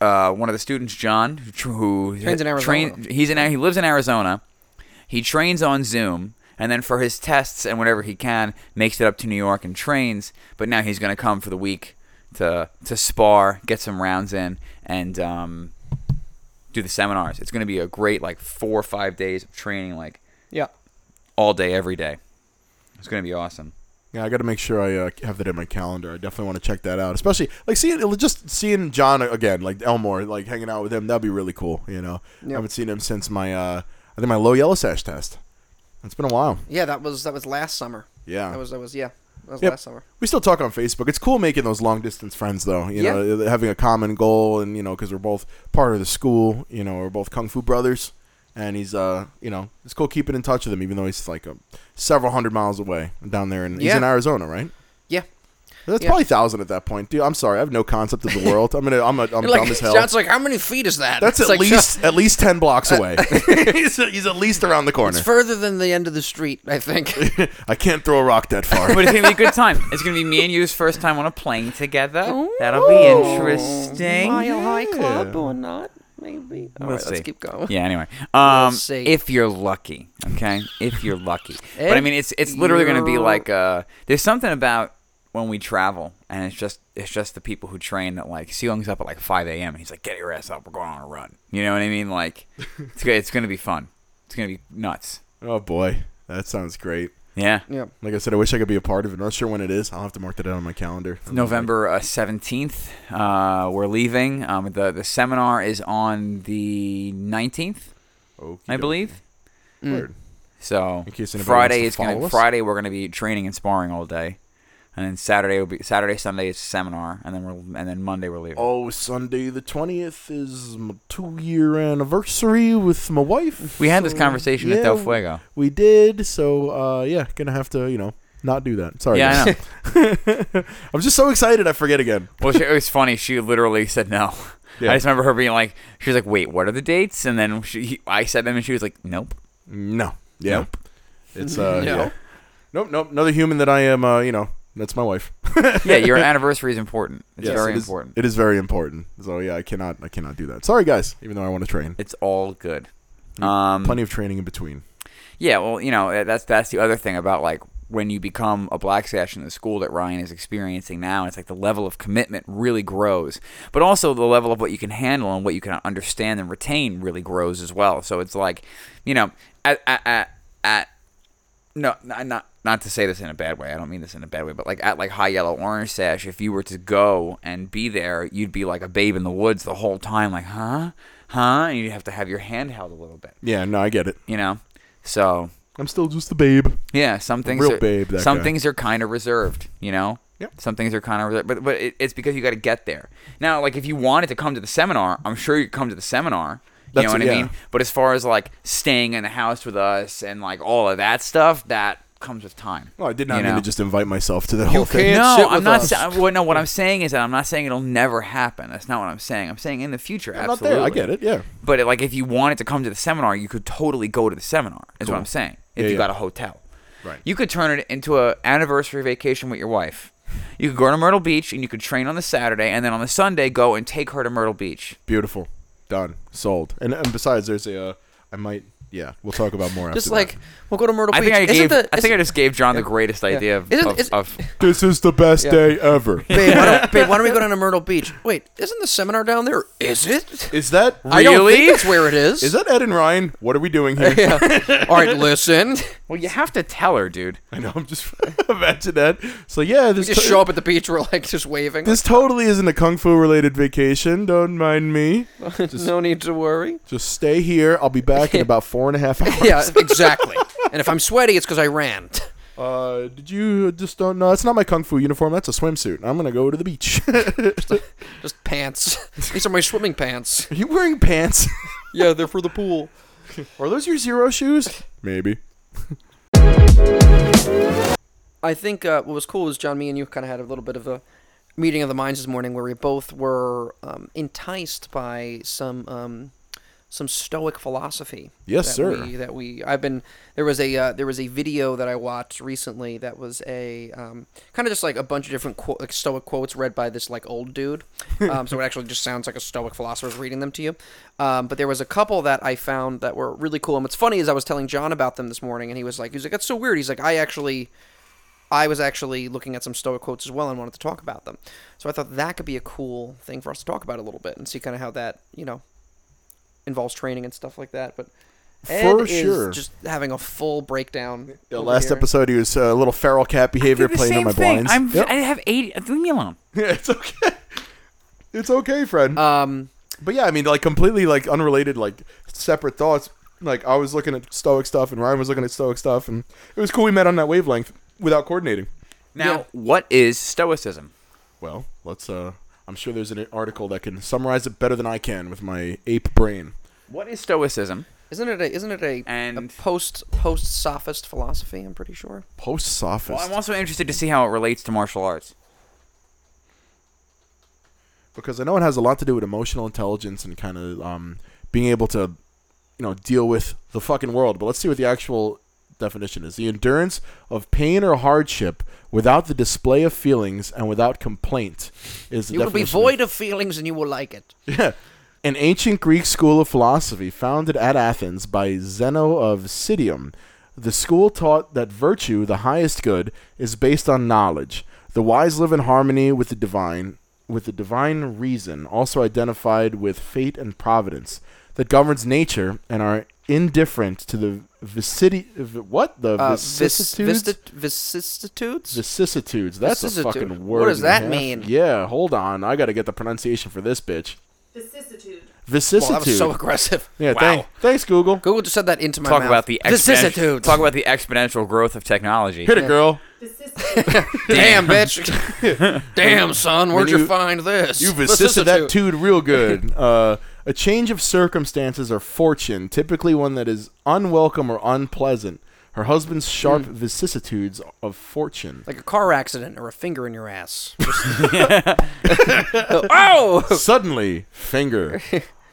Speaker 1: uh, one of the students, John, who, tr- who
Speaker 3: Trains in
Speaker 1: train-
Speaker 3: Arizona.
Speaker 1: he's in Ar- he lives in Arizona. He trains on Zoom, and then for his tests and whenever he can, makes it up to New York and trains. But now he's going to come for the week to to spar, get some rounds in, and um, do the seminars. It's going to be a great like four or five days of training, like
Speaker 3: Yeah.
Speaker 1: all day, every day. It's going to be awesome.
Speaker 2: Yeah, I got to make sure I uh, have that in my calendar. I definitely want to check that out. Especially like seeing it'll just seeing John again, like Elmore, like hanging out with him. That'd be really cool. You know, I haven't seen him since my uh, I think my low yellow sash test. It's been a while.
Speaker 3: Yeah, that was that was last summer.
Speaker 2: Yeah.
Speaker 3: That was that was yeah. That was
Speaker 2: Yep.
Speaker 3: last summer.
Speaker 2: We still talk on Facebook. It's cool making those long distance friends, though. You know, uh, having a common goal, and you know, because we're both part of the school. You know, we're both kung fu brothers, and he's uh, you know, it's cool keeping in touch with him, even though he's like um several hundred miles away down there, and he's in
Speaker 3: Yeah.
Speaker 2: Arizona, right?
Speaker 3: Yeah.
Speaker 2: That's
Speaker 3: Yeah.
Speaker 2: probably thousand at that point, dude. I'm sorry, I have no concept of the world. I'm gonna, I'm, a, I'm
Speaker 3: like
Speaker 2: dumb as hell.
Speaker 3: John's like, how many feet is that?
Speaker 2: That's
Speaker 3: It's
Speaker 2: at
Speaker 3: like,
Speaker 2: least at least ten blocks away. he's, he's at least around the corner.
Speaker 3: it's further than the end of the street, I think.
Speaker 2: I can't throw a rock that far.
Speaker 1: But it's gonna be a good time. It's gonna be me and you's first time on a plane together. That'll be interesting.
Speaker 3: Mile High Club or not? Maybe. All
Speaker 1: We'll
Speaker 3: right,
Speaker 1: see.
Speaker 3: let's keep going.
Speaker 1: Yeah. Anyway, um,
Speaker 3: see.
Speaker 1: if you're lucky, okay, if you're lucky. but I mean, it's it's literally going to be
Speaker 3: you're-
Speaker 1: like uh, there's something about when we travel, and it's just it's just the people who train that like Sealing's up at like 5 a.m. and he's like, get your ass up, we're going on a run. You know what I mean? Like, it's go- it's going to be fun. It's going to be nuts.
Speaker 2: oh boy, that sounds great.
Speaker 1: Yeah.
Speaker 3: Yeah.
Speaker 2: Like I said, I wish I could be a part of it. I'm not sure when it is. I'll have to mark that out on my calendar.
Speaker 1: November seventeenth, uh, we're leaving. Um, the the seminar is on the nineteenth,
Speaker 2: Okey
Speaker 1: I
Speaker 2: doke.
Speaker 1: believe.
Speaker 2: Word.
Speaker 1: So
Speaker 2: Mm. In case anybody
Speaker 1: Friday
Speaker 2: wants
Speaker 1: is
Speaker 2: to follow
Speaker 1: gonna
Speaker 2: us.
Speaker 1: Friday we're gonna be training and sparring all day, and then Saturday will be Saturday Sunday is seminar, and then we're and then Monday we're leaving.
Speaker 2: Oh, Sunday the twentieth is my two-year anniversary with my wife.
Speaker 1: we had this
Speaker 2: so-
Speaker 1: conversation
Speaker 2: yeah,
Speaker 1: at Del Fuego.
Speaker 2: We did. So uh, yeah, gonna have to you know not do that. Sorry.
Speaker 1: Yeah, I know.
Speaker 2: know. I'm just so excited. I forget again.
Speaker 1: well, she, it was funny. She literally said no.
Speaker 2: Yeah.
Speaker 1: I just remember her being like, she was like, "Wait, what are the dates?" And then she, he- I said them, and she was like, "Nope."
Speaker 2: No. Yeah.
Speaker 1: Nope.
Speaker 2: It's uh.
Speaker 3: No.
Speaker 2: yeah. Nope. Nope. Another human that I am. Uh. You know. That's my wife.
Speaker 1: yeah, your anniversary is important. It's
Speaker 2: Yes,
Speaker 1: very
Speaker 2: it is-
Speaker 1: important.
Speaker 2: It is very important. So yeah, I cannot. I cannot do that. Sorry, guys. Even though I want to train.
Speaker 1: it's all good. Um,
Speaker 2: Plenty of training in between.
Speaker 1: Yeah, well, you know, that's that's the other thing about like when you become a black sash in the school that Ryan is experiencing now, it's like the level of commitment really grows, but also the level of what you can handle and what you can understand and retain really grows as well. So it's like, you know, at at at, at no, not not not to say this in a bad way. I don't mean this in a bad way, but like at like high yellow orange sash, if you were to go and be there, you'd be like a babe in the woods the whole time, like huh, huh, and you'd have to have your hand held a little bit,
Speaker 2: Yeah. No, I get it.
Speaker 1: you know. So
Speaker 2: I'm still just a babe.
Speaker 1: yeah, some things
Speaker 2: real
Speaker 1: are,
Speaker 2: babe, that
Speaker 1: some
Speaker 2: guy.
Speaker 1: things are kind of reserved, you know.
Speaker 2: Yep.
Speaker 1: Some things are kind of reserved, but but it, it's because you got to get there. Now, like if you wanted to come to the seminar, I'm sure you could come to the seminar. You
Speaker 2: That's-
Speaker 1: know what
Speaker 2: yeah.
Speaker 1: I mean? But as far as like staying in the house with us and like all of that stuff, that comes with time.
Speaker 2: Well, Oh, I did not
Speaker 1: you
Speaker 2: mean
Speaker 1: know?
Speaker 2: to just invite myself to the whole thing.
Speaker 3: can't
Speaker 1: no,
Speaker 3: sit
Speaker 1: I'm
Speaker 3: with
Speaker 1: not.
Speaker 3: us.
Speaker 1: Sa- well, no, what I'm saying is that I'm not saying it'll never happen. That's not what I'm saying. I'm saying in the future,
Speaker 2: I'm not
Speaker 1: absolutely.
Speaker 2: there. I get it. Yeah.
Speaker 1: But like, if you wanted to come to the seminar, you could totally go to the seminar. Is what I'm saying. If
Speaker 2: Yeah,
Speaker 1: you
Speaker 2: yeah.
Speaker 1: got a hotel,
Speaker 2: Right.
Speaker 1: You could turn it into a anniversary vacation with your wife. You could go to Myrtle Beach and you could train on the Saturday, and then on the Sunday go and take her to Myrtle Beach.
Speaker 2: Beautiful. Done. Sold. And and besides, there's a. Uh, I might. Yeah. We'll talk about more
Speaker 3: Just
Speaker 2: after
Speaker 3: like we'll go to Myrtle
Speaker 1: I
Speaker 3: Beach.
Speaker 1: think I
Speaker 3: Isn't
Speaker 1: gave.
Speaker 3: the-
Speaker 1: I think I
Speaker 3: isn't-
Speaker 1: just gave John the greatest idea of,
Speaker 3: Isn't-
Speaker 1: of,
Speaker 3: is-
Speaker 1: of-
Speaker 2: that. This is the best day ever.
Speaker 3: babe, why don't, babe, why don't we go down to Myrtle Beach? Wait, isn't the seminar down there? Is it?
Speaker 2: Is that
Speaker 3: I don't
Speaker 1: Really?
Speaker 3: think that's where it is.
Speaker 2: Is that Ed and Ryan? What are we doing here?
Speaker 3: All right, listen.
Speaker 1: Well, you have to tell her, dude.
Speaker 2: I know. I'm just imagine that. So yeah, this
Speaker 3: Just
Speaker 2: to-
Speaker 3: show up at the beach. We're like just waving.
Speaker 2: This totally isn't a kung fu related vacation. Don't mind me.
Speaker 3: no need to worry.
Speaker 2: Just stay here. I'll be back in about four and a half hours.
Speaker 3: Yeah, exactly. and if I'm sweaty, it's because I ran.
Speaker 2: Uh, did you just don't? No, it's not my kung fu uniform. That's a swimsuit. I'm gonna go to the beach. are
Speaker 3: Just pants. These are my swimming pants.
Speaker 2: you wearing pants?
Speaker 3: Yeah, they're for the pool.
Speaker 2: are those your zero shoes? Maybe.
Speaker 3: I think uh, what was cool was John, me and you kind of had a little bit of a meeting of the minds this morning where we both were um, enticed by some um, some Stoic philosophy.
Speaker 2: Yes,
Speaker 3: that
Speaker 2: sir.
Speaker 3: We, that we I've been there was a uh, there was a video that I watched recently that was a um, kind of just like a bunch of different quo- like Stoic quotes read by this like old dude. Um, so it actually just sounds like a Stoic philosopher's reading them to you. Um, but there was a couple that I found that were really cool. And what's funny is I was telling John about them this morning, and he was like, he was like, that's so weird. He's like, I actually. I was actually looking at some Stoic quotes as well and wanted to talk about them. So I thought that could be a cool thing for us to talk about a little bit and see kind of how that, you know, involves training and stuff like that. But Ed
Speaker 2: For
Speaker 3: is
Speaker 2: sure.
Speaker 3: just having a full breakdown.
Speaker 2: The
Speaker 3: over
Speaker 2: last
Speaker 3: here.
Speaker 2: episode, he was a uh, little feral cat behavior
Speaker 1: Do the
Speaker 2: playing on
Speaker 1: same
Speaker 2: my
Speaker 1: thing.
Speaker 2: blinds.
Speaker 1: I'm,
Speaker 2: Yep.
Speaker 1: I have eighty. Leave me alone.
Speaker 2: yeah, it's okay. It's okay, friend.
Speaker 3: Um,
Speaker 2: but yeah, I mean, like completely like unrelated, like separate thoughts. Like I was looking at stoic stuff, and Ryan was looking at stoic stuff, and it was cool. We met on that wavelength without coordinating.
Speaker 1: Now, what is stoicism?
Speaker 2: Well, let's. uh I'm sure there's an article that can summarize it better than I can with my ape brain.
Speaker 1: What is stoicism?
Speaker 3: Isn't it a isn't it a,
Speaker 1: And-
Speaker 3: a post post sophist philosophy? I'm pretty sure.
Speaker 2: Post sophist.
Speaker 1: Well, I'm also interested to see how it relates to martial arts.
Speaker 2: because I know it has a lot to do with emotional intelligence and kind of um, being able to, you know, deal with the fucking world. But let's see what the actual definition is: the endurance of pain or hardship without the display of feelings and without complaint is the
Speaker 3: You will be
Speaker 2: definition
Speaker 3: void of feelings, and you will like it.
Speaker 2: yeah. An ancient Greek school of philosophy founded at Athens by Zeno of Citium. The school taught that virtue, the highest good, is based on knowledge. The wise live in harmony with the divine, with the divine reason, also identified with fate and providence, that governs nature and are indifferent to the vicissity, v- what the
Speaker 3: Uh, vis-
Speaker 2: vicissitudes,
Speaker 3: visti- vicissitudes.
Speaker 2: vicissitudes. That's a
Speaker 3: vicissitude.
Speaker 2: fucking
Speaker 3: What
Speaker 2: word.
Speaker 3: does
Speaker 2: and a
Speaker 3: that
Speaker 2: half.
Speaker 3: mean?
Speaker 2: Yeah, hold on. I got to get the pronunciation for this bitch.
Speaker 5: Vicissitude.
Speaker 2: Vicissitude.
Speaker 3: well, that was so aggressive.
Speaker 2: Yeah,
Speaker 1: Wow.
Speaker 2: thank, thanks, Google.
Speaker 3: Google just said that into my
Speaker 1: Talk
Speaker 3: mouth.
Speaker 1: about the exponential,
Speaker 3: vicissitudes.
Speaker 1: talk about the exponential growth of technology.
Speaker 2: Hit it, girl.
Speaker 5: Vicissitude.
Speaker 3: Damn, bitch. Damn, son. Where'd
Speaker 2: you-
Speaker 3: you, find this?
Speaker 2: You've assisted that
Speaker 3: Vicissitude.
Speaker 2: dude real good. Uh, a change of circumstances or fortune, typically one that is unwelcome or unpleasant. Her husband's sharp vicissitudes of fortune.
Speaker 3: Hmm. Like a car accident or a finger in your ass. oh!
Speaker 2: Suddenly, finger.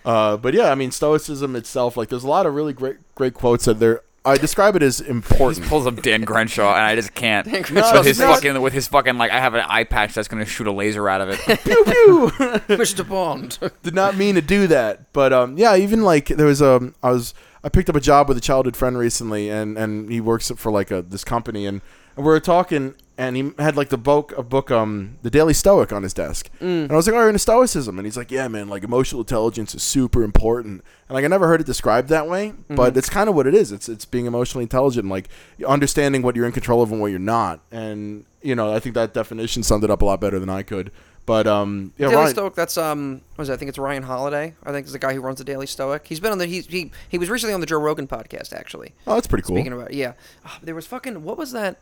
Speaker 2: Uh, but yeah, I mean, Stoicism itself, like, there's a lot of really great, great quotes that there. I describe it as important.
Speaker 1: Pulls up Dan Crenshaw, and I just can't.
Speaker 3: Crenshaw's
Speaker 1: with his
Speaker 2: nuts.
Speaker 1: fucking, with his fucking, like I have an eye patch that's gonna shoot a laser out of it.
Speaker 2: Pew, pew.
Speaker 3: Mr. Bond.
Speaker 2: did not mean to do that. But um, yeah, even like there was um, I was I picked up a job with a childhood friend recently, and and he works for like a this company, and, and we were talking, and he had like the book a book um the Daily Stoic on his desk,
Speaker 3: Mm.
Speaker 2: and I was like, oh, you're into Stoicism, and he's like, yeah, man, like emotional intelligence is super important, and like I never heard it described that way,
Speaker 3: Mm-hmm.
Speaker 2: but it's kind of what it is. It's it's being emotionally intelligent, and, like understanding what you're in control of and what you're not, and you know, I think that definition summed it up a lot better than I could. But um, yeah,
Speaker 3: Daily
Speaker 2: Ryan-
Speaker 3: Stoic. That's um, what is it? I think it's Ryan Holiday. I think is the guy who runs the Daily Stoic. He's been on the he he, he was recently on the Joe Rogan podcast actually.
Speaker 2: Oh, that's pretty cool.
Speaker 3: Speaking about yeah, Ah, there was fucking what was that?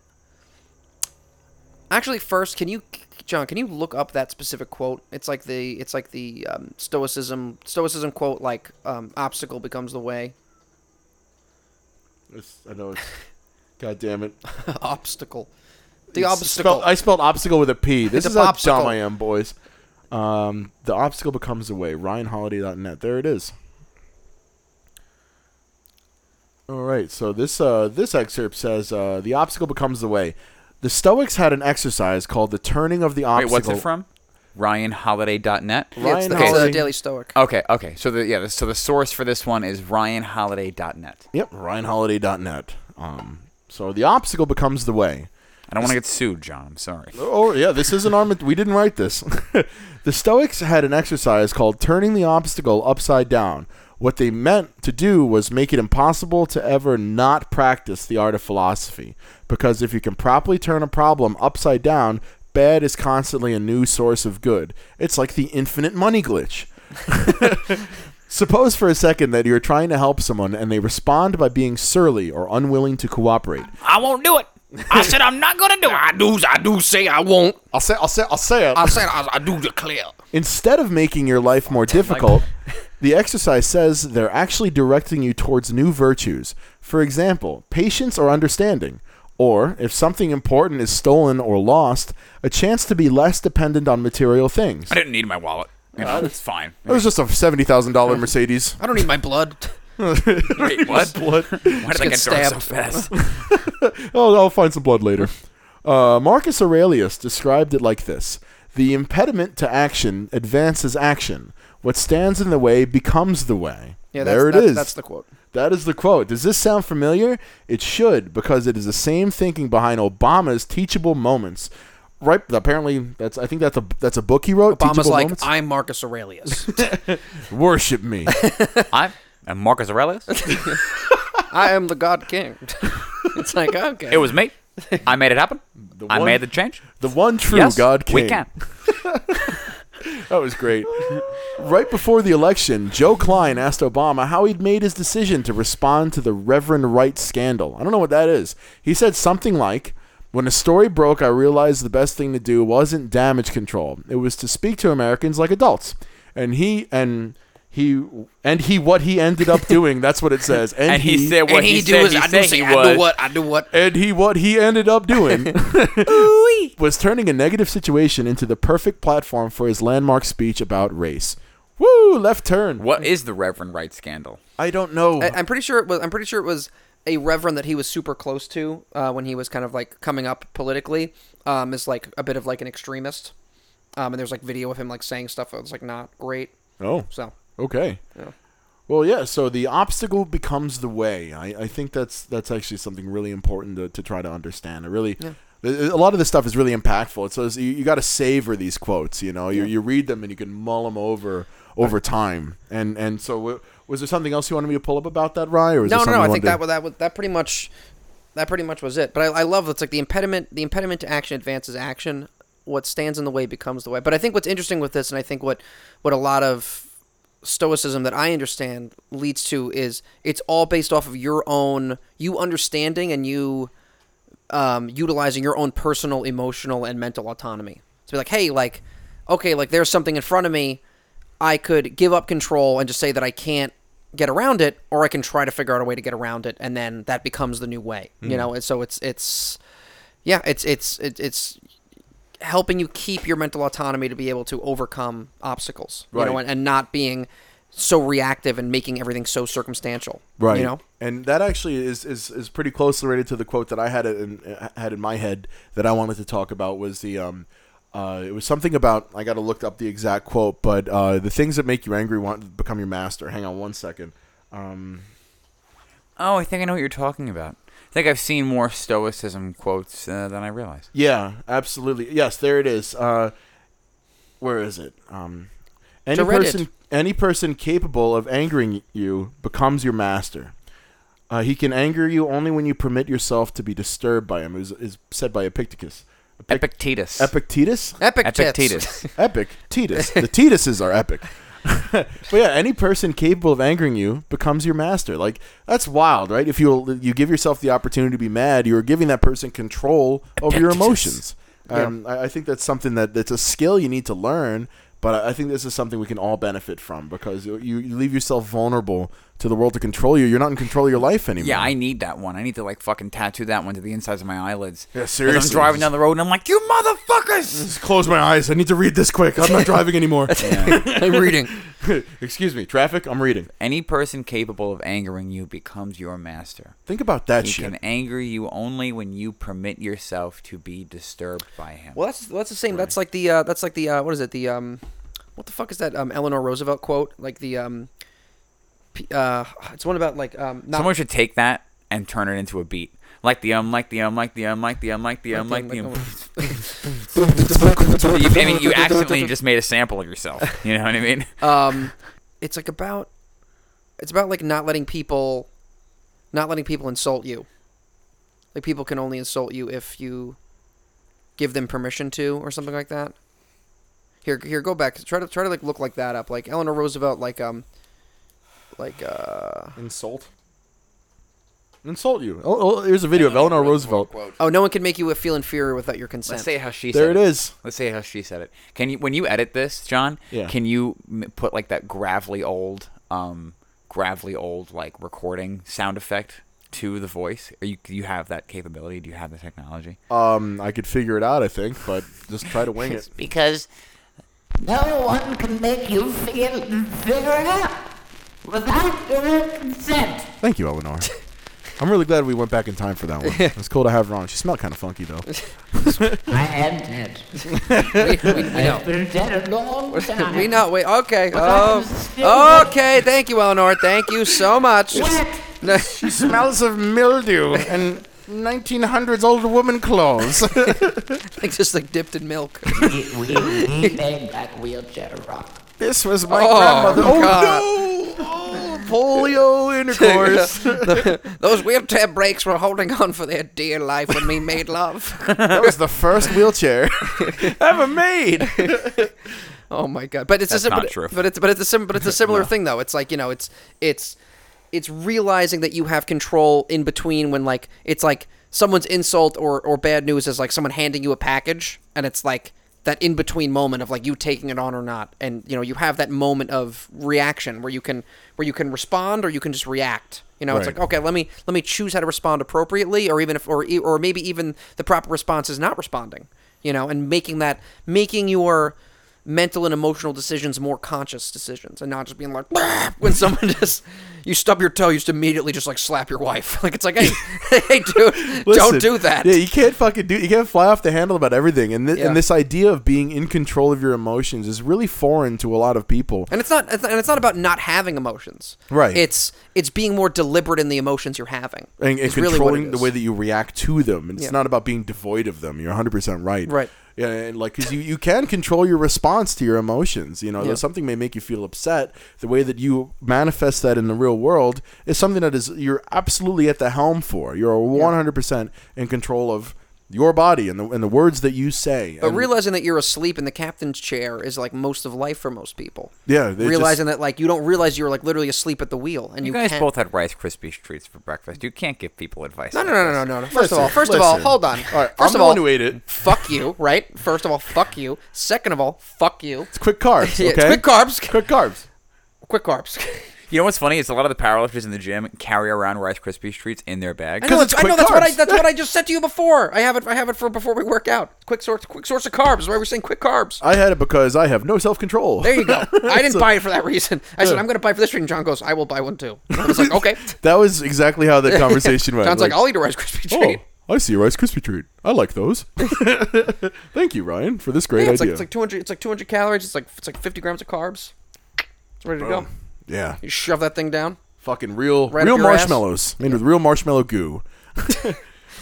Speaker 3: Actually, first, can you, John? Can you look up that specific quote? It's like the it's like the um, Stoicism Stoicism quote like um, obstacle becomes the way.
Speaker 2: It's, I know. It's, God damn it.
Speaker 3: obstacle. The
Speaker 2: It's
Speaker 3: obstacle.
Speaker 2: spelled- I spelled obstacle with a P. This
Speaker 3: It's a
Speaker 2: is how
Speaker 3: popsicle.
Speaker 2: dumb I am, boys. Um, the obstacle becomes the way. RyanHoliday.net. There it is. All right. So this uh, this excerpt says uh, the obstacle becomes the way. The Stoics had an exercise called the turning of the
Speaker 1: Wait,
Speaker 2: obstacle.
Speaker 1: what's it from? RyanHoliday.net.
Speaker 3: yeah, it's
Speaker 2: Ryan
Speaker 3: the, it's the
Speaker 2: Holiday-
Speaker 3: Daily Stoic.
Speaker 1: Okay, okay. So the yeah, the, so the source for this one is RyanHoliday.net.
Speaker 2: Yep. RyanHoliday.net. Um, so the obstacle becomes the way.
Speaker 1: I don't want to get sued, John. I'm sorry.
Speaker 2: Oh yeah, this is an arm. We didn't write this. the Stoics had an exercise called turning the obstacle upside down. What they meant to do was make it impossible to ever not practice the art of philosophy, because if you can properly turn a problem upside down, bad is constantly a new source of good. It's like the infinite money glitch. Suppose for a second that you're trying to help someone and they respond by being surly or unwilling to cooperate.
Speaker 1: I won't do it. I said I'm not gonna do it. I do. I do say I won't.
Speaker 2: I'll say, I'll say, I'll say it.
Speaker 3: I said I, I do declare.
Speaker 2: Instead of making your life more difficult, the exercise says they're actually directing you towards new virtues. For example, patience or understanding. Or, if something important is stolen or lost, a chance to be less dependent on material things.
Speaker 1: I didn't need my wallet. You know, it's fine.
Speaker 2: It was just a $70,000 Mercedes.
Speaker 3: I don't need my blood.
Speaker 1: Wait, what?
Speaker 2: Blood.
Speaker 1: Why did I get
Speaker 3: get
Speaker 1: dark so
Speaker 3: stabbed.
Speaker 1: fast?
Speaker 2: Oh, I'll find some blood later. Uh, Marcus Aurelius described it like this The impediment to action advances action. What stands in the way becomes the way.
Speaker 3: Yeah, that's,
Speaker 2: there it is.
Speaker 3: that- That's the quote.
Speaker 2: That is the quote. Does this sound familiar? It should, because it is the same thinking behind Obama's teachable moments. Right? Apparently, that's. I think that's a that's a book he wrote.
Speaker 3: Obama's
Speaker 2: Teachable
Speaker 3: like,
Speaker 2: Moments.
Speaker 3: I'm Marcus Aurelius.
Speaker 2: worship me.
Speaker 1: I'm and Marcus Aurelius.
Speaker 3: I am the God King. it's like okay.
Speaker 1: It was me. I made it happen. I
Speaker 2: one-
Speaker 1: made the change.
Speaker 2: the one true
Speaker 1: yes,
Speaker 2: God King.
Speaker 1: we can.
Speaker 2: That was great. Right before the election, Joe Klein asked Obama how he'd made his decision to respond to the Reverend Wright scandal. I don't know what that is. He said something like, When the story broke, I realized the best thing to do wasn't damage control. It was to speak to Americans like adults. And he and he and he what he ended up doing, that's what it says. And,
Speaker 1: And he said what
Speaker 3: and
Speaker 1: he,
Speaker 3: he, do
Speaker 1: said
Speaker 3: is
Speaker 1: he
Speaker 3: I do
Speaker 1: said
Speaker 3: say
Speaker 1: he
Speaker 3: I
Speaker 1: was.
Speaker 3: do what I do what.
Speaker 2: and he what he ended up doing was turning a negative situation into the perfect platform for his landmark speech about race. Woo, left turn.
Speaker 1: What is the Reverend Wright scandal?
Speaker 2: I don't know.
Speaker 3: I, I'm pretty sure it was. I'm pretty sure it was a reverend that he was super close to uh, when he was kind of like coming up politically. Um, is like a bit of like an extremist. Um, and there's like video of him like saying stuff that was like not great.
Speaker 2: oh,
Speaker 3: So
Speaker 2: okay. Well, yeah. So the obstacle becomes the way. I, I think that's that's actually something really important to, to try to understand. I really, a a lot of this stuff is really impactful. It's, so it's, you, you got to savor these quotes. You know, you, you read them and you can mull them over over time. And and so w- was there something else you wanted me to pull up about that, Rye? Or is there
Speaker 3: no, no,
Speaker 2: something
Speaker 3: no. I
Speaker 2: you
Speaker 3: think
Speaker 2: wanted to-
Speaker 3: that wa- that wa- that pretty much that pretty much was it. But I, I love that's like the impediment. The impediment to action advances action. What stands in the way becomes the way. But I think what's interesting with this, and I think what what a lot of stoicism that I understand leads to is it's all based off of your own you understanding and you um, utilizing your own personal emotional and mental autonomy to be like hey like okay like there's something in front of me i could give up control and just say that i can't get around it or i can try to figure out a way to get around it and then that becomes the new way
Speaker 2: Hmm.
Speaker 3: you know and so it's it's yeah it's it's it, it's helping you keep your mental autonomy to be able to overcome obstacles you know
Speaker 2: Right.
Speaker 3: and, and not being so reactive and making everything so circumstantial
Speaker 2: right
Speaker 3: you know
Speaker 2: and that actually is, is is pretty closely related to the quote that i had in had in my head that i wanted to talk about was the um uh, it was something about i gotta look up the exact quote but uh, the things that make you angry want to become your master hang on one second um,
Speaker 1: Oh, I think I know what you're talking about. I think I've seen more stoicism quotes uh, than I realize.
Speaker 2: yeah absolutely yes there it is uh, where is it um, any
Speaker 3: To Reddit.
Speaker 2: person any person capable of angering you becomes your master Uh, he can anger you only when you permit yourself to be disturbed by him, is, is said by Epictetus. Epic-
Speaker 1: Epictetus.
Speaker 2: Epictetus?
Speaker 3: epic tits.
Speaker 1: Epictetus.
Speaker 2: epic. Tetus. The Tetuses are epic. but yeah, any person capable of angering you becomes your master. Like that's wild, right? If you you give yourself the opportunity to be mad, you're giving that person control over your
Speaker 1: Epictetus.
Speaker 2: emotions. Um, I, I think that's something that that's a skill you need to learn. But I- I think this is something we can all benefit from because you, you leave yourself vulnerable to the world to control you. You're not in control of your life anymore.
Speaker 1: Yeah, I need that one. I need to like fucking tattoo that one to the insides of my eyelids.
Speaker 2: Yeah,
Speaker 1: As
Speaker 2: seriously.
Speaker 1: I'm driving down the road and I'm like, you motherfuckers!
Speaker 2: Just close my eyes. I need to read this quick. I'm not driving anymore.
Speaker 3: i'm reading
Speaker 2: Excuse me, traffic. I'm reading.
Speaker 1: Any person capable of angering you becomes your master.
Speaker 2: Think about that
Speaker 1: He
Speaker 2: shit.
Speaker 1: can anger you only when you permit yourself to be disturbed by him.
Speaker 3: Well, that's well, that's the same. That's like the uh, that's like the uh, what is it? The um, what the fuck is that? Um, Eleanor Roosevelt quote? Like the um, p- uh, it's one about like um, not
Speaker 1: Someone should take that and turn it into a beat. Like the um, like the um, like the um, like the um, like the um, like the um. You- I mean, you accidentally just made a sample of yourself. You know what I mean?
Speaker 3: um, it's like about it's about like not letting people, not letting people insult you. Like people can only insult you if you give them permission to, or something like that. Here, here, go back. Try to try to like look like that up. Like Eleanor Roosevelt, like um, like uh.
Speaker 2: Insult. Insult you. Oh, oh here's a video of Eleanor Roosevelt.
Speaker 3: Oh, no one can make you feel inferior without your consent.
Speaker 1: Let's say how she
Speaker 2: There
Speaker 1: said
Speaker 2: it is.
Speaker 1: Let's say how she said it. Can you when you edit this, John?
Speaker 2: Yeah.
Speaker 1: Can you m- put like that gravelly old, um, gravelly old like recording sound effect to the voice? Are you do you have that capability? Do you have the technology?
Speaker 2: Um, I could figure it out, I think, but just try to wing it.
Speaker 6: because no one can make you feel inferior without your consent.
Speaker 2: Thank you, Eleanor. I'm really glad we went back in time for that one. It's cool to have her on. She smelled kind of funky though.
Speaker 6: I am dead. I've been dead a long time.
Speaker 3: we know. Wait. Okay.
Speaker 6: I
Speaker 3: Oh.
Speaker 6: was still-
Speaker 3: Okay. Thank you, Eleanor. Thank you so much.
Speaker 6: What?
Speaker 2: she smells of mildew and 1900s old woman clothes.
Speaker 3: Like, just like dipped in milk.
Speaker 6: we, we, we made that wheelchair rock.
Speaker 2: this was my
Speaker 3: Oh, grandmother-
Speaker 2: Oh
Speaker 3: God.
Speaker 2: no! polio intercourse.
Speaker 3: Those wheelchair brakes were holding on for their dear life when we made love.
Speaker 2: that was the first wheelchair ever made.
Speaker 3: oh my god! But it's
Speaker 1: That's
Speaker 3: a, sim-
Speaker 1: not
Speaker 3: but,
Speaker 1: true.
Speaker 3: but it's but it's a sim- but it's a similar thing though. It's like you know, it's it's it's realizing that you have control in between when like it's like someone's insult or or bad news is like someone handing you a package, and it's like that in between moment of like you taking it on or not, and you know you have that moment of reaction where you can where you can respond or you can just react. You know, it's
Speaker 2: Right.
Speaker 3: like okay, let me let me choose how to respond appropriately, or even if or e- or maybe even the proper response is not responding. You know, and making that making your mental and emotional decisions more conscious decisions and not just being like "Bah!" when someone just you stub your toe you just immediately just like slap your wife like it's like hey hey dude
Speaker 2: Listen,
Speaker 3: don't do that
Speaker 2: Yeah, you can't fucking do. You can't fly off the handle about everything. And thi-
Speaker 3: Yeah.
Speaker 2: and this idea of being in control of your emotions is really foreign to a lot of people.
Speaker 3: and it's not it's- and it's not about not having emotions
Speaker 2: Right.
Speaker 3: it's it's being more deliberate in the emotions you're having
Speaker 2: and, and
Speaker 3: is really what
Speaker 2: controlling
Speaker 3: it
Speaker 2: the
Speaker 3: is.
Speaker 2: way that you react to them. And it's
Speaker 3: Yeah.
Speaker 2: not about being devoid of them. You're 100 percent right.
Speaker 3: Right.
Speaker 2: Yeah, and like because you, you can control your response to your emotions. You know, though
Speaker 3: Yeah.
Speaker 2: something may make you feel upset. The way that you manifest that in the real world is something that is you're absolutely at the helm for. You're 100 percent in control of your body and the and the words that you say.
Speaker 3: But
Speaker 2: And-
Speaker 3: realizing that you're asleep in the captain's chair is like most of life for most people.
Speaker 2: Yeah, they
Speaker 3: realizing that like you don't realize you're like literally asleep at the wheel, and you,
Speaker 1: You guys
Speaker 3: can't-
Speaker 1: both had Rice Krispie treats for breakfast. You can't give people advice.
Speaker 3: No, no,
Speaker 1: like
Speaker 3: no, no,
Speaker 1: this.
Speaker 3: no, no. First of all,
Speaker 2: Listen,
Speaker 3: first of all,
Speaker 2: listen.
Speaker 3: hold on.
Speaker 2: All right,
Speaker 3: 1st
Speaker 2: I'm
Speaker 3: of
Speaker 2: the
Speaker 3: all,
Speaker 2: one who ate it.
Speaker 3: Fuck you, right? First of all, fuck you. Second of all, fuck you.
Speaker 2: it's quick carbs.
Speaker 3: Yeah,
Speaker 2: Okay.
Speaker 3: it's quick carbs.
Speaker 2: Quick carbs.
Speaker 3: Quick carbs.
Speaker 1: You know what's funny? Is a lot of the powerlifters in the gym carry around Rice Krispie treats in their bag.
Speaker 3: I know,
Speaker 2: it's
Speaker 3: that's, I know
Speaker 2: quick
Speaker 3: that's what I
Speaker 2: carbs.
Speaker 3: that's what I just said to you before. I have it. I have it for before we work out. Quick source. Quick source of carbs. That's Why we're saying quick carbs.
Speaker 2: I had it because I have no self control.
Speaker 3: There you go. I didn't
Speaker 2: So-
Speaker 3: buy it for that reason. I said I'm going to buy it for this reason. John goes, I will buy one too. I was like, okay.
Speaker 2: That was exactly how the conversation went.
Speaker 3: John's like, I'll eat a Rice Krispie treat.
Speaker 2: Oh, I see a Rice Krispie treat. I like those. Thank you, Ryan, for this great
Speaker 3: Yeah, it's like
Speaker 2: idea.
Speaker 3: it's like 200 it's like 200 calories it's like it's like 50 grams of carbs it's ready to go
Speaker 2: yeah,
Speaker 3: you shove that thing down
Speaker 2: fucking real,
Speaker 3: Right up
Speaker 2: real
Speaker 3: your ass.
Speaker 2: marshmallows made with real marshmallow goo.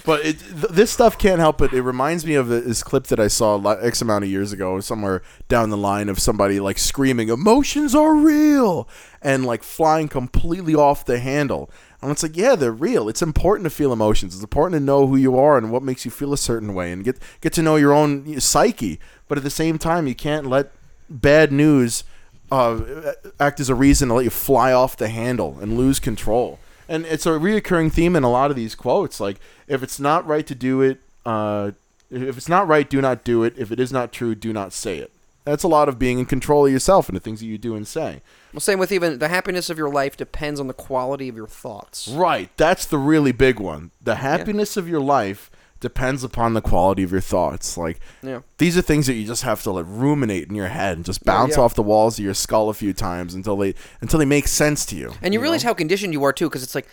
Speaker 2: but it, th- this stuff can't help it. It reminds me of the, this clip that I saw li- x amount of years ago, somewhere down the line, of somebody like screaming, "Emotions are real," and like flying completely off the handle. And it's like, yeah, they're real. It's important to feel emotions. It's important to know who you are and what makes you feel a certain way, and get get to know your own psyche. But at the same time, you can't let bad news uh, act as a reason to let you fly off the handle and lose control. And it's a reoccurring theme in a lot of these quotes. Like, if it's not right to do it, uh, if it's not right, do not do it. If it is not true, do not say it. That's a lot of being in control of yourself and the things that you do and say.
Speaker 3: well same with even the happiness of your life depends on the quality of your thoughts
Speaker 2: Right. That's the really big one. The happiness of your life depends upon the quality of your thoughts. Like,
Speaker 3: Yeah.
Speaker 2: these are things that you just have to like ruminate in your head and just bounce
Speaker 3: yeah.
Speaker 2: off the walls of your skull a few times until they until they make sense to you.
Speaker 3: and you realize how conditioned you are too because it's like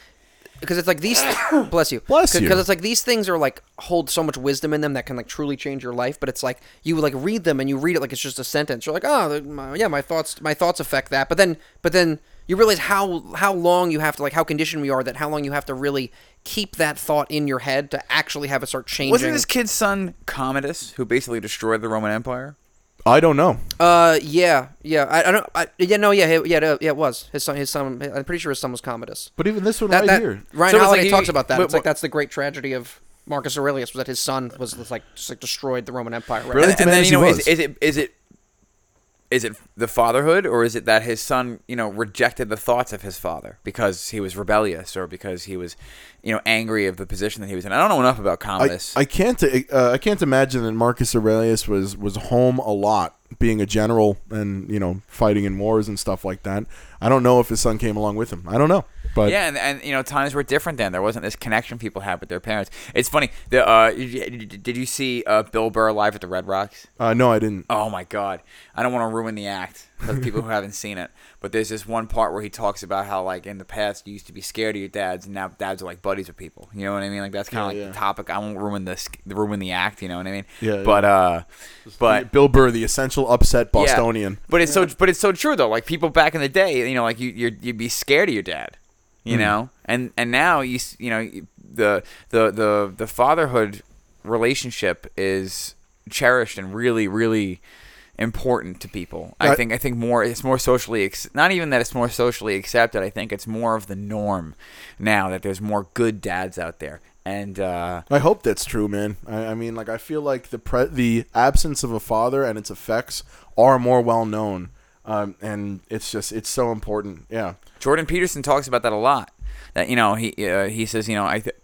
Speaker 3: because it's like these bless you
Speaker 2: Bless you.
Speaker 3: because it's like these things are like hold so much wisdom in them that can like truly change your life but it's like you like read them and you read it like it's just a sentence you're like oh the- my, yeah my thoughts my thoughts affect that but then but then you realize how how long you have to like how conditioned we are that how long you have to really keep that thought in your head to actually have it start changing
Speaker 1: Wasn't this kid's son Commodus, who basically destroyed the Roman Empire?
Speaker 2: I don't know.
Speaker 3: Uh, yeah, yeah. I, I don't. I, yeah, no, yeah, he- yeah, yeah. It was his son. His son. I'm pretty sure his son was Commodus.
Speaker 2: But even this one
Speaker 3: That,
Speaker 2: right
Speaker 3: that
Speaker 2: here.
Speaker 3: Ryan
Speaker 1: So it's like
Speaker 3: Holiday
Speaker 1: he-
Speaker 3: talks about that.
Speaker 1: but
Speaker 3: it's like
Speaker 1: what-
Speaker 3: that's the great tragedy of Marcus Aurelius was that his son was, was like just like destroyed the Roman Empire. Right?
Speaker 2: Really?
Speaker 1: and, and then
Speaker 2: Demandas
Speaker 1: you know,
Speaker 2: he
Speaker 1: is,
Speaker 2: was.
Speaker 1: is it is it is it the fatherhood, or is it that his son, you know, rejected the thoughts of his father because he was rebellious, or because he was, you know, angry of the position that he was in? I don't know enough about
Speaker 2: I,
Speaker 1: Commodus.
Speaker 2: I can't uh, I can't imagine that Marcus Aurelius was was home a lot being a general and you know fighting in wars and stuff like that. I don't know if his son came along with him. I don't know. But
Speaker 1: yeah, and, and you know times were different then. There wasn't this connection people had with their parents. It's funny. The uh, did you see uh, Bill Burr live at the Red Rocks?
Speaker 2: uh, no, I didn't.
Speaker 1: Oh my god! I don't want to ruin the act for the people who haven't seen it, but there's this one part where he talks about how like in the past you used to be scared of your dads, and now dads are like buddies with people. You know what I mean? Like that's kind of
Speaker 2: Yeah,
Speaker 1: like
Speaker 2: yeah.
Speaker 1: the topic. I won't ruin this, ruin the act. You know what I mean?
Speaker 2: Yeah,
Speaker 1: But uh, but
Speaker 2: Bill Burr, the essential upset
Speaker 1: yeah.
Speaker 2: Bostonian.
Speaker 1: But it's so but it's so true though. Like people back in the day, you know, like you you'd, you'd be scared of your dad, you know, and and now you s- you know you- the the the the fatherhood relationship is cherished and really really important to people.
Speaker 2: I-
Speaker 1: I think I think more it's more socially ex- not even that it's more socially accepted. I think it's more of the norm now that there's more good dads out there. And uh,
Speaker 2: I hope that's true, man. I, I mean, like, I feel like the pre- the absence of a father and its effects are more well known, um, and it's just it's so important. Yeah,
Speaker 1: Jordan Peterson talks about that a lot. That you know he uh, he says you know I th-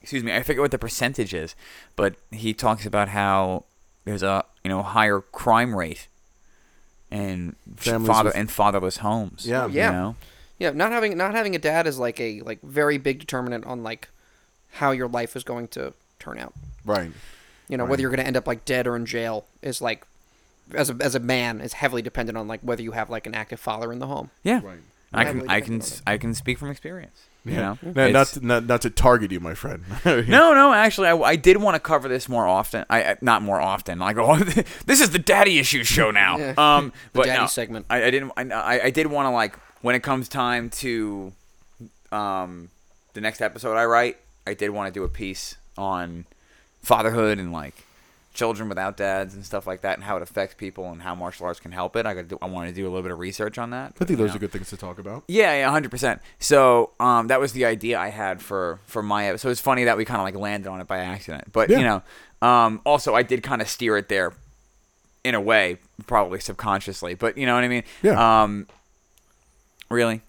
Speaker 1: excuse me I forget what the percentage is, but he talks about how there's a you know higher crime rate and
Speaker 2: Families
Speaker 1: father
Speaker 2: with-
Speaker 1: and fatherless homes.
Speaker 2: Yeah.
Speaker 1: you
Speaker 3: Yeah.
Speaker 1: know?
Speaker 3: Yeah, not having not having a dad is like a like very big determinant on like how your life is going to turn out.
Speaker 2: right.
Speaker 3: You know, whether you're going to end up like dead or in jail is like as a as a man is heavily dependent on like whether you have like an active father in the home.
Speaker 1: Yeah.
Speaker 2: Right.
Speaker 1: I
Speaker 3: Right.
Speaker 1: can I can s- I can speak from experience. You know?
Speaker 2: No, not,
Speaker 1: It's-
Speaker 2: to, not not to target you, my friend.
Speaker 1: no, no. Actually, I, I did want to cover this more often. I I- not more often. Like, oh, this is the daddy issues show now.
Speaker 3: Yeah.
Speaker 1: Um, but
Speaker 3: daddy
Speaker 1: no,
Speaker 3: segment.
Speaker 1: I, I didn't. I, I- I did want to like when it comes time to, um, the next episode I write. I did want to do a piece on fatherhood and like children without dads and stuff like that and how it affects people and how martial arts can help it. I got do, I want to do a little bit of research on that.
Speaker 2: I think those
Speaker 1: you
Speaker 2: are
Speaker 1: know.
Speaker 2: good things to talk about.
Speaker 1: Yeah, yeah, hundred percent. So um, that was the idea I had for for my episode. So it's funny that we kind of like landed on it by accident, but you
Speaker 2: Yeah.
Speaker 1: know, um, also I did kind of steer it there, in a way, probably subconsciously, but you know what I mean.
Speaker 2: Yeah.
Speaker 1: Um, really,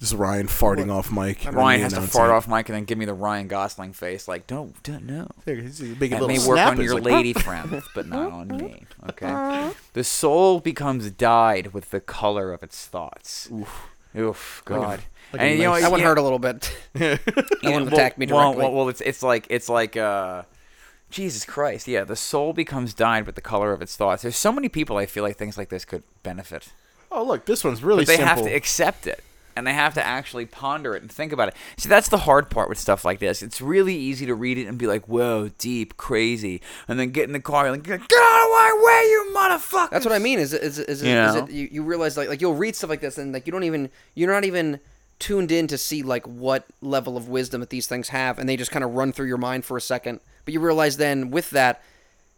Speaker 2: Just Ryan farting off mic. and
Speaker 1: Ryan
Speaker 2: me
Speaker 1: has to
Speaker 2: announcing
Speaker 1: fart
Speaker 2: it.
Speaker 1: off Mike and then give me the Ryan Gosling face, like don't don't no.
Speaker 2: There, he's making a
Speaker 1: That
Speaker 2: little
Speaker 1: may work
Speaker 2: snap.
Speaker 1: on
Speaker 2: He's
Speaker 1: your
Speaker 2: like, Uh-huh.
Speaker 1: lady friend, but not on me. Okay. The soul becomes dyed with the color of its thoughts. Oof. Oof. God.
Speaker 2: like a
Speaker 1: and you know,
Speaker 2: nice-
Speaker 3: That one
Speaker 1: yeah,
Speaker 3: hurt a little bit.
Speaker 1: Yeah,
Speaker 3: one
Speaker 1: well-
Speaker 3: attacked me
Speaker 1: well,
Speaker 3: directly.
Speaker 1: Well, well, it's it's like it's like uh, Jesus Christ. Yeah, the soul becomes dyed with the color of its thoughts. There's so many people I feel like things like this could benefit,
Speaker 2: Oh, look, this one's really
Speaker 1: but they
Speaker 2: simple.
Speaker 1: have to accept it and they have to actually ponder it and think about it. See, that's the hard part with stuff like this. It's really easy to read it and be like, "Whoa, deep, crazy," and then get in the car and like, "Get out of my way, you motherfucker!"
Speaker 3: That's what I mean. Is it, is it, is it,
Speaker 1: You
Speaker 3: is
Speaker 1: know?
Speaker 3: it you, you realize like like you'll read stuff like this and like you don't even you're not even tuned in to see like what level of wisdom that these things have and they just kind of run through your mind for a second. But you realize then with that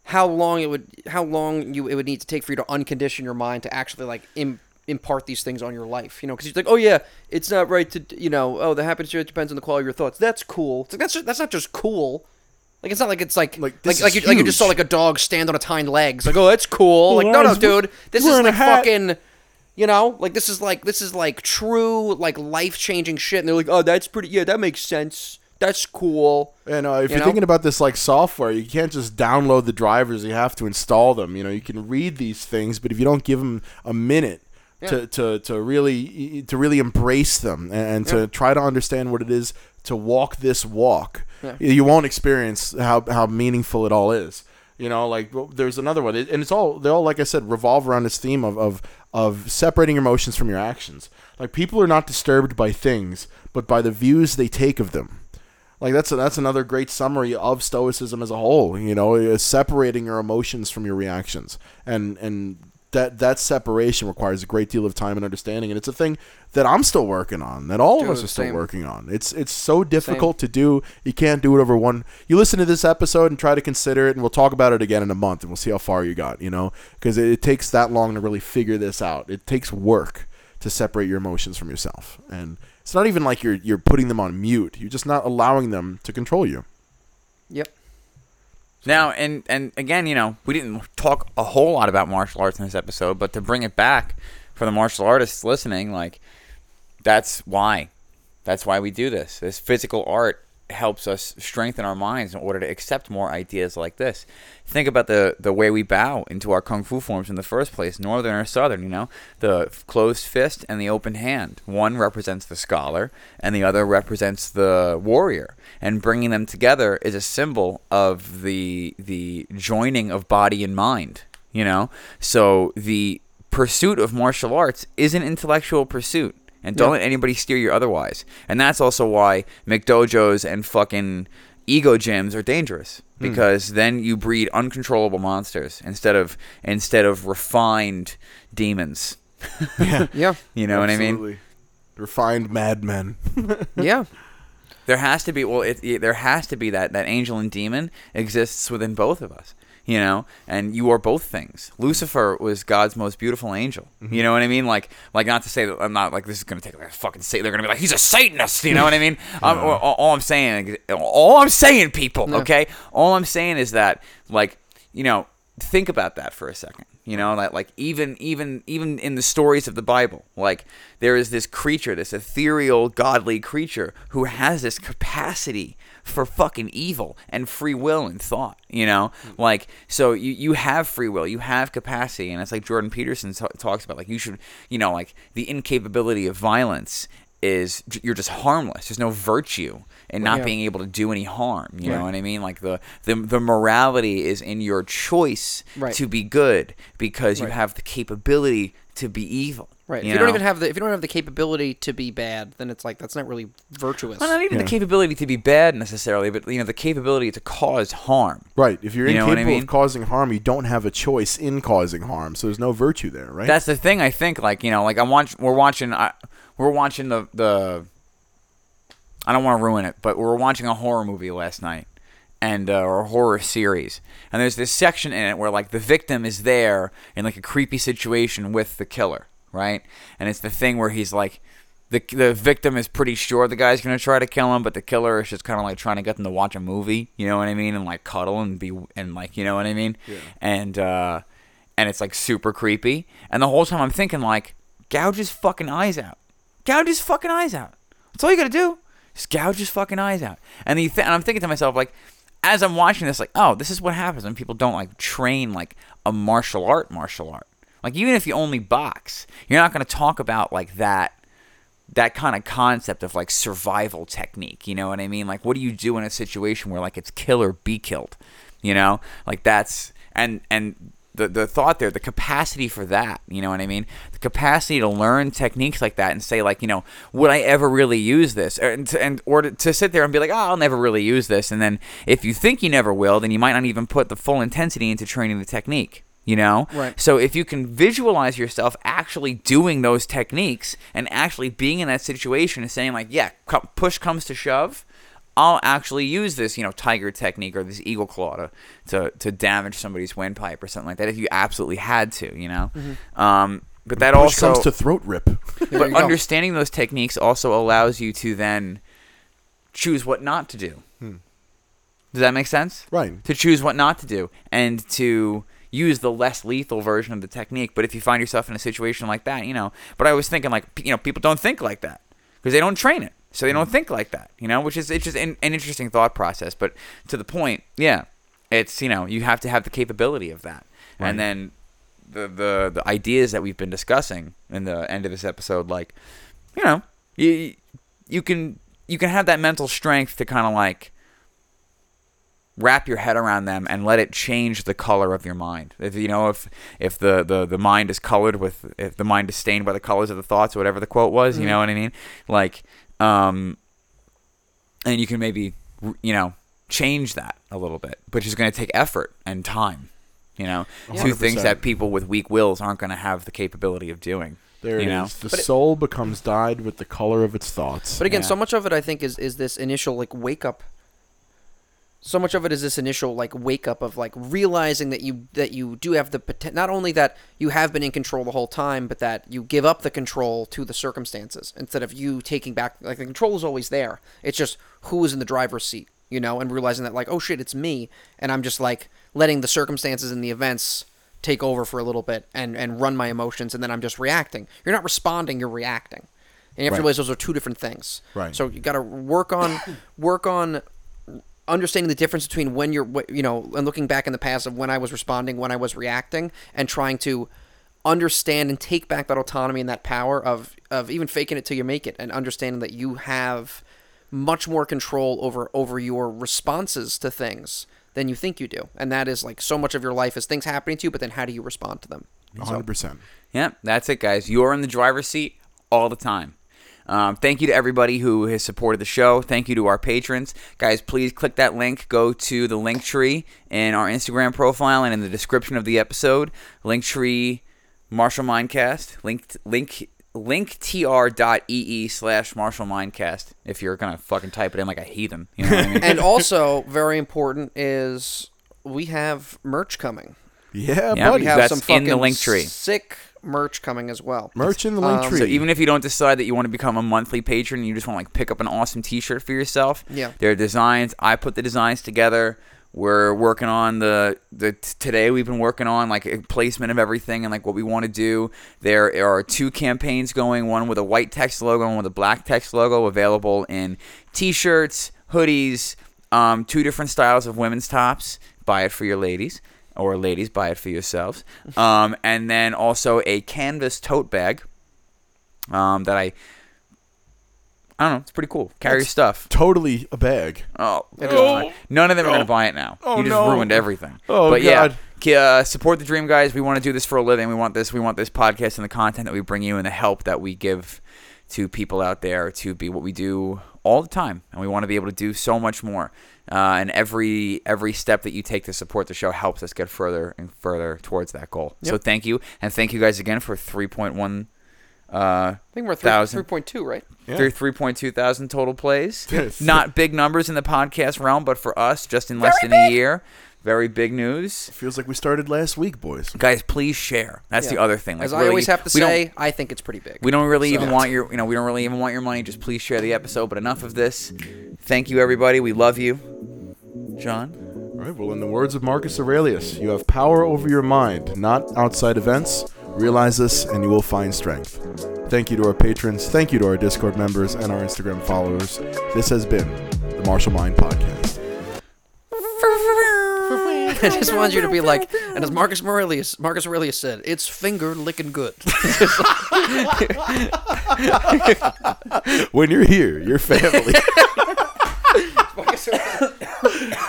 Speaker 3: how long it would how long you it would need to take for you to uncondition your mind to actually like Im- impart these things on your life you know because you're like oh yeah it's not right to you know oh the happiness here depends on the quality of your thoughts that's cool it's like, that's just, that's not just cool like it's not like it's like
Speaker 2: Like,
Speaker 3: like
Speaker 2: this
Speaker 3: like,
Speaker 2: is
Speaker 3: you, like you just saw
Speaker 2: huge.
Speaker 3: like a dog stand on its hind legs like oh that's cool like no no
Speaker 2: Lawrence, we're-
Speaker 3: dude this
Speaker 2: we're
Speaker 3: is
Speaker 2: in a
Speaker 3: like
Speaker 2: hat.
Speaker 3: fucking you know like this is like this is like true like life changing shit and they're like oh that's pretty yeah that makes sense that's cool
Speaker 2: Yeah, no, if
Speaker 3: You
Speaker 2: you are
Speaker 3: know?
Speaker 2: thinking about this like software, you can't just download the drivers. You have to install them. You know, you can read these things, but if you don't give them a minute to, to, to really e, to really embrace them and, and to try to understand what it is to walk this walk, you won't experience how, how meaningful it all is. You know, like well, there's another one, It- and it's all they all like I said revolve around this theme of of of separating emotions from your actions. Like people are not disturbed by things, but by the views they take of them. Like that's that's another great summary of stoicism as a whole. You know, is separating your emotions from your reactions, and and that that separation requires a great deal of time and understanding, and it's a thing that I'm still working on. That all of us
Speaker 3: Dude,
Speaker 2: are still
Speaker 3: same.
Speaker 2: working on. It's it's so difficult to do. You can't do it over one. You listen to this episode and try to consider it, and we'll talk about it again in a month, and we'll see how far you got. You know, because it, it takes that long to really figure this out. It takes work to separate your emotions from yourself. And it's not even like you're you're putting them on mute. You're just not allowing them to control you.
Speaker 3: yep
Speaker 1: Now and and again, you know, we didn't talk a whole lot about martial arts in this episode, but to bring it back for the martial artists listening, like that's why. That's why we do this. This physical art helps us strengthen our minds in order to accept more ideas like this. Think about the the way we bow into our kung fu forms in the first place, northern or southern, you know? The f- closed fist and the open hand. One represents the scholar and the other represents the warrior. And bringing them together is a symbol of the the joining of body and mind, you know? So the pursuit of martial arts is an intellectual pursuit and don't let anybody steer you otherwise. And that's also why McDojos and fucking ego gyms are dangerous because then you breed uncontrollable monsters instead of instead of refined demons.
Speaker 3: yeah
Speaker 1: You know what I mean?
Speaker 2: Absolutely. Refined madmen.
Speaker 3: yeah
Speaker 1: There has to be well, it, it- there has to be that that angel and demon exists within both of us. you know, and you are both things. Lucifer was God's most beautiful angel. You know what I mean? Like, like not to say that I'm not like this is gonna take like a fucking say they're gonna be like he's a Satanist. You know what I mean? Um, all, all I'm saying, all I'm saying, people. Okay, all I'm saying is that like you know think about that for a second you know that like even even even in the stories of the bible like there is this creature this ethereal godly creature who has this capacity for fucking evil and free will and thought you know like so you you have free will you have capacity and it's like jordan peterson t- talks about like you should you know like the incapability of violence is j- you're just harmless there's no virtue in not
Speaker 3: Yeah.
Speaker 1: being able to do any harm you know what i mean like the, the the morality is in your choice
Speaker 3: Right.
Speaker 1: to be good because you have the capability to be evil.
Speaker 3: Right.
Speaker 1: You
Speaker 3: if you don't
Speaker 1: know?
Speaker 3: even have the if you don't have the capability to be bad, then it's like that's not really virtuous.
Speaker 1: well, not even the capability to be bad necessarily, but you know the capability to cause harm.
Speaker 2: Right. If you're
Speaker 1: You know what I
Speaker 2: incapable
Speaker 1: mean?
Speaker 2: of causing harm, you don't have a choice in causing harm. So there's no virtue there, right?
Speaker 1: That's the thing. I think like you know like I watch we're watching I, we're watching the the I don't want to ruin it, but we were watching a horror movie last night and uh, or a horror series. And there's this section in it where like the victim is there in like a creepy situation with the killer, right? And it's the thing where he's like the the victim is pretty sure the guy's going to try to kill him, but the killer is just kind of like trying to get them to watch a movie, you know what I mean, and like cuddle and be and like, you know what I mean? And uh and it's like super creepy. And the whole time I'm thinking like gouge his fucking eyes out. Gouge his fucking eyes out. That's all you gotta do. Just gouge his fucking eyes out. And, you th- and I'm thinking to myself, like, as I'm watching this, like, oh, this is what happens when people don't like train like a martial art, martial art. Like, even if you only box, you're not gonna talk about like that that kind of concept of like survival technique. You know what I mean? Like, what do you do in a situation where like it's kill or be killed? You know, like that's and and the the thought there, the capacity for that. You know what I mean? The capacity to learn techniques like that and say like, you know, would I ever really use this? Or, and to, and or to, to sit there and be like, oh, I'll never really use this. And then if you think you never will, then you might not even put the full intensity into training the technique. You know?
Speaker 3: Right.
Speaker 1: So if you can visualize yourself actually doing those techniques and actually being in that situation and saying like, yeah, co- push comes to shove, I'll actually use this, you know, tiger technique or this eagle claw to, to, to damage somebody's windpipe or something like that if you absolutely had to, you know? Um, but that
Speaker 2: Push
Speaker 1: also
Speaker 2: comes to throat rip.
Speaker 1: but
Speaker 3: you go.
Speaker 1: understanding those techniques also allows you to then choose what not to do. Does that make sense?
Speaker 2: Right.
Speaker 1: To choose what not to do and to use the less lethal version of the technique. But if you find yourself in a situation like that, you know, but I was thinking like, p- you know, people don't think like that because they don't train it. So they don't think like that, you know, which is, it's just an, an interesting thought process. But to the point, yeah, it's, you know, you have to have the capability of that. And then the, the the ideas that we've been discussing in the end of this episode, like you know, you you can you can have that mental strength to kind of like wrap your head around them and let it change the color of your mind. If you know if if the the, the mind is colored with if the mind is stained by the colors of the thoughts, or whatever the quote was,
Speaker 2: Mm-hmm.
Speaker 1: you know what I mean? Like, um, and you can maybe you know change that a little bit but it's going to take effort and time you know two things
Speaker 2: 100%.
Speaker 1: that people with weak wills aren't going to have the capability of doing
Speaker 2: There
Speaker 1: you
Speaker 2: it
Speaker 1: know?
Speaker 2: is. The soul becomes dyed with the color of its thoughts.
Speaker 3: But again,
Speaker 1: Yeah.
Speaker 3: so much of it I think is is this initial like wake up. So much of it is this initial like wake up of like realizing that you that you do have the potential. Not only that you have been in control the whole time, but that you give up the control to the circumstances instead of you taking back. Like the control is always there. It's just who is in the driver's seat, you know, and realizing that like oh shit, it's me, and I'm just like letting the circumstances and the events take over for a little bit and and run my emotions, and then I'm just reacting. You're not responding, you're reacting. And you have to realize those are two different things.
Speaker 2: Right.
Speaker 3: So you got to work on work on understanding the difference between when you're what- you know and looking back in the past of when I was responding, when I was reacting, and trying to understand and take back that autonomy and that power of of even faking it till you make it, and understanding that you have much more control over over your responses to things than you think you do, and that is like so much of your life is things happening to you, but then how do you respond to them?
Speaker 2: 100%.
Speaker 1: Yeah, that's it, guys. You're in the driver's seat all the time. Um, thank you to everybody who has supported the show. Thank you to our patrons. Guys, please click that link. Go to the link tree in our Instagram profile and in the description of the episode. Link tree Marshall Mindcast. Link link linktr.ee slash Marshall Mindcast if you're gonna fucking type it in like a heathen. You know what I mean?
Speaker 3: and also very important is we have merch coming.
Speaker 2: Yeah,
Speaker 1: Yeah,
Speaker 2: buddy.
Speaker 3: We have
Speaker 1: That's
Speaker 3: some
Speaker 1: in
Speaker 3: fucking
Speaker 1: the link tree.
Speaker 3: sick merch coming as well.
Speaker 2: Merch in the link
Speaker 3: Um,
Speaker 2: tree.
Speaker 1: So even if you don't decide that you want to become a monthly patron, you just want to like pick up an awesome T-shirt for yourself.
Speaker 3: Yeah.
Speaker 1: there are designs. I put the designs together. We're working on the the t- today. We've been working on like a placement of everything and like what we want to do. There are two campaigns going. One with a white text logo and with a black text logo. Available in T-shirts, hoodies, um, two different styles of women's tops. Buy it for your ladies. Or ladies, buy it for yourselves. Um, and then also a canvas tote bag um, that I I don't know. It's pretty cool. Carry your stuff.
Speaker 2: totally a bag.
Speaker 3: Uh,
Speaker 1: Oh,
Speaker 3: It
Speaker 1: God.
Speaker 3: is.
Speaker 1: none of them are gonna buy it now.
Speaker 2: Oh,
Speaker 1: you just
Speaker 2: no.
Speaker 1: ruined everything.
Speaker 2: Oh,
Speaker 1: but
Speaker 2: God.
Speaker 1: yeah, K- uh, support the dream, guys. We want to do this for a living. We want this. We want this podcast and the content that we bring you and the help that we give to people out there to be what we do all the time. And we want to be able to do so much more. Uh, and every every step that you take to support the show helps us get further and further towards that goal. So thank you, and thank you guys again for three point one. Uh,
Speaker 3: I think we're at
Speaker 1: Thousand.
Speaker 3: three point two, right?
Speaker 2: Yeah.
Speaker 1: through 3.2 thousand total plays.
Speaker 2: Yes.
Speaker 1: Not big numbers in the podcast realm, but for us, just in less than a year, very big news.
Speaker 2: Feels like we started last week, boys.
Speaker 1: Guys, please share. That's the
Speaker 3: Yeah.
Speaker 1: other thing. Like,
Speaker 3: As I
Speaker 1: really,
Speaker 3: always have to
Speaker 1: we don't-
Speaker 3: say, I think it's pretty big.
Speaker 1: we don't really
Speaker 3: So-
Speaker 1: even want your, you know, we don't really even want your money. Just please share the episode. But enough of this. Thank you, everybody. We love you, John.
Speaker 2: All right, well, in the words of Marcus Aurelius, you have power over your mind, not outside events. Realize this, and you will find strength. Thank you to our patrons, thank you to our Discord members, and our Instagram followers. This has been the Martial Mind Podcast.
Speaker 3: I just wanted you to be like, and as Marcus Aurelius, Marcus Aurelius said, it's finger licking good.
Speaker 2: When you're here, your family.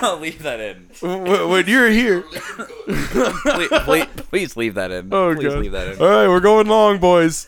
Speaker 1: I'll leave that in.
Speaker 2: when when you're here.
Speaker 1: please, please, please leave that in.
Speaker 2: Oh,
Speaker 1: please
Speaker 2: God.
Speaker 1: leave that in.
Speaker 2: All right, we're going long, boys.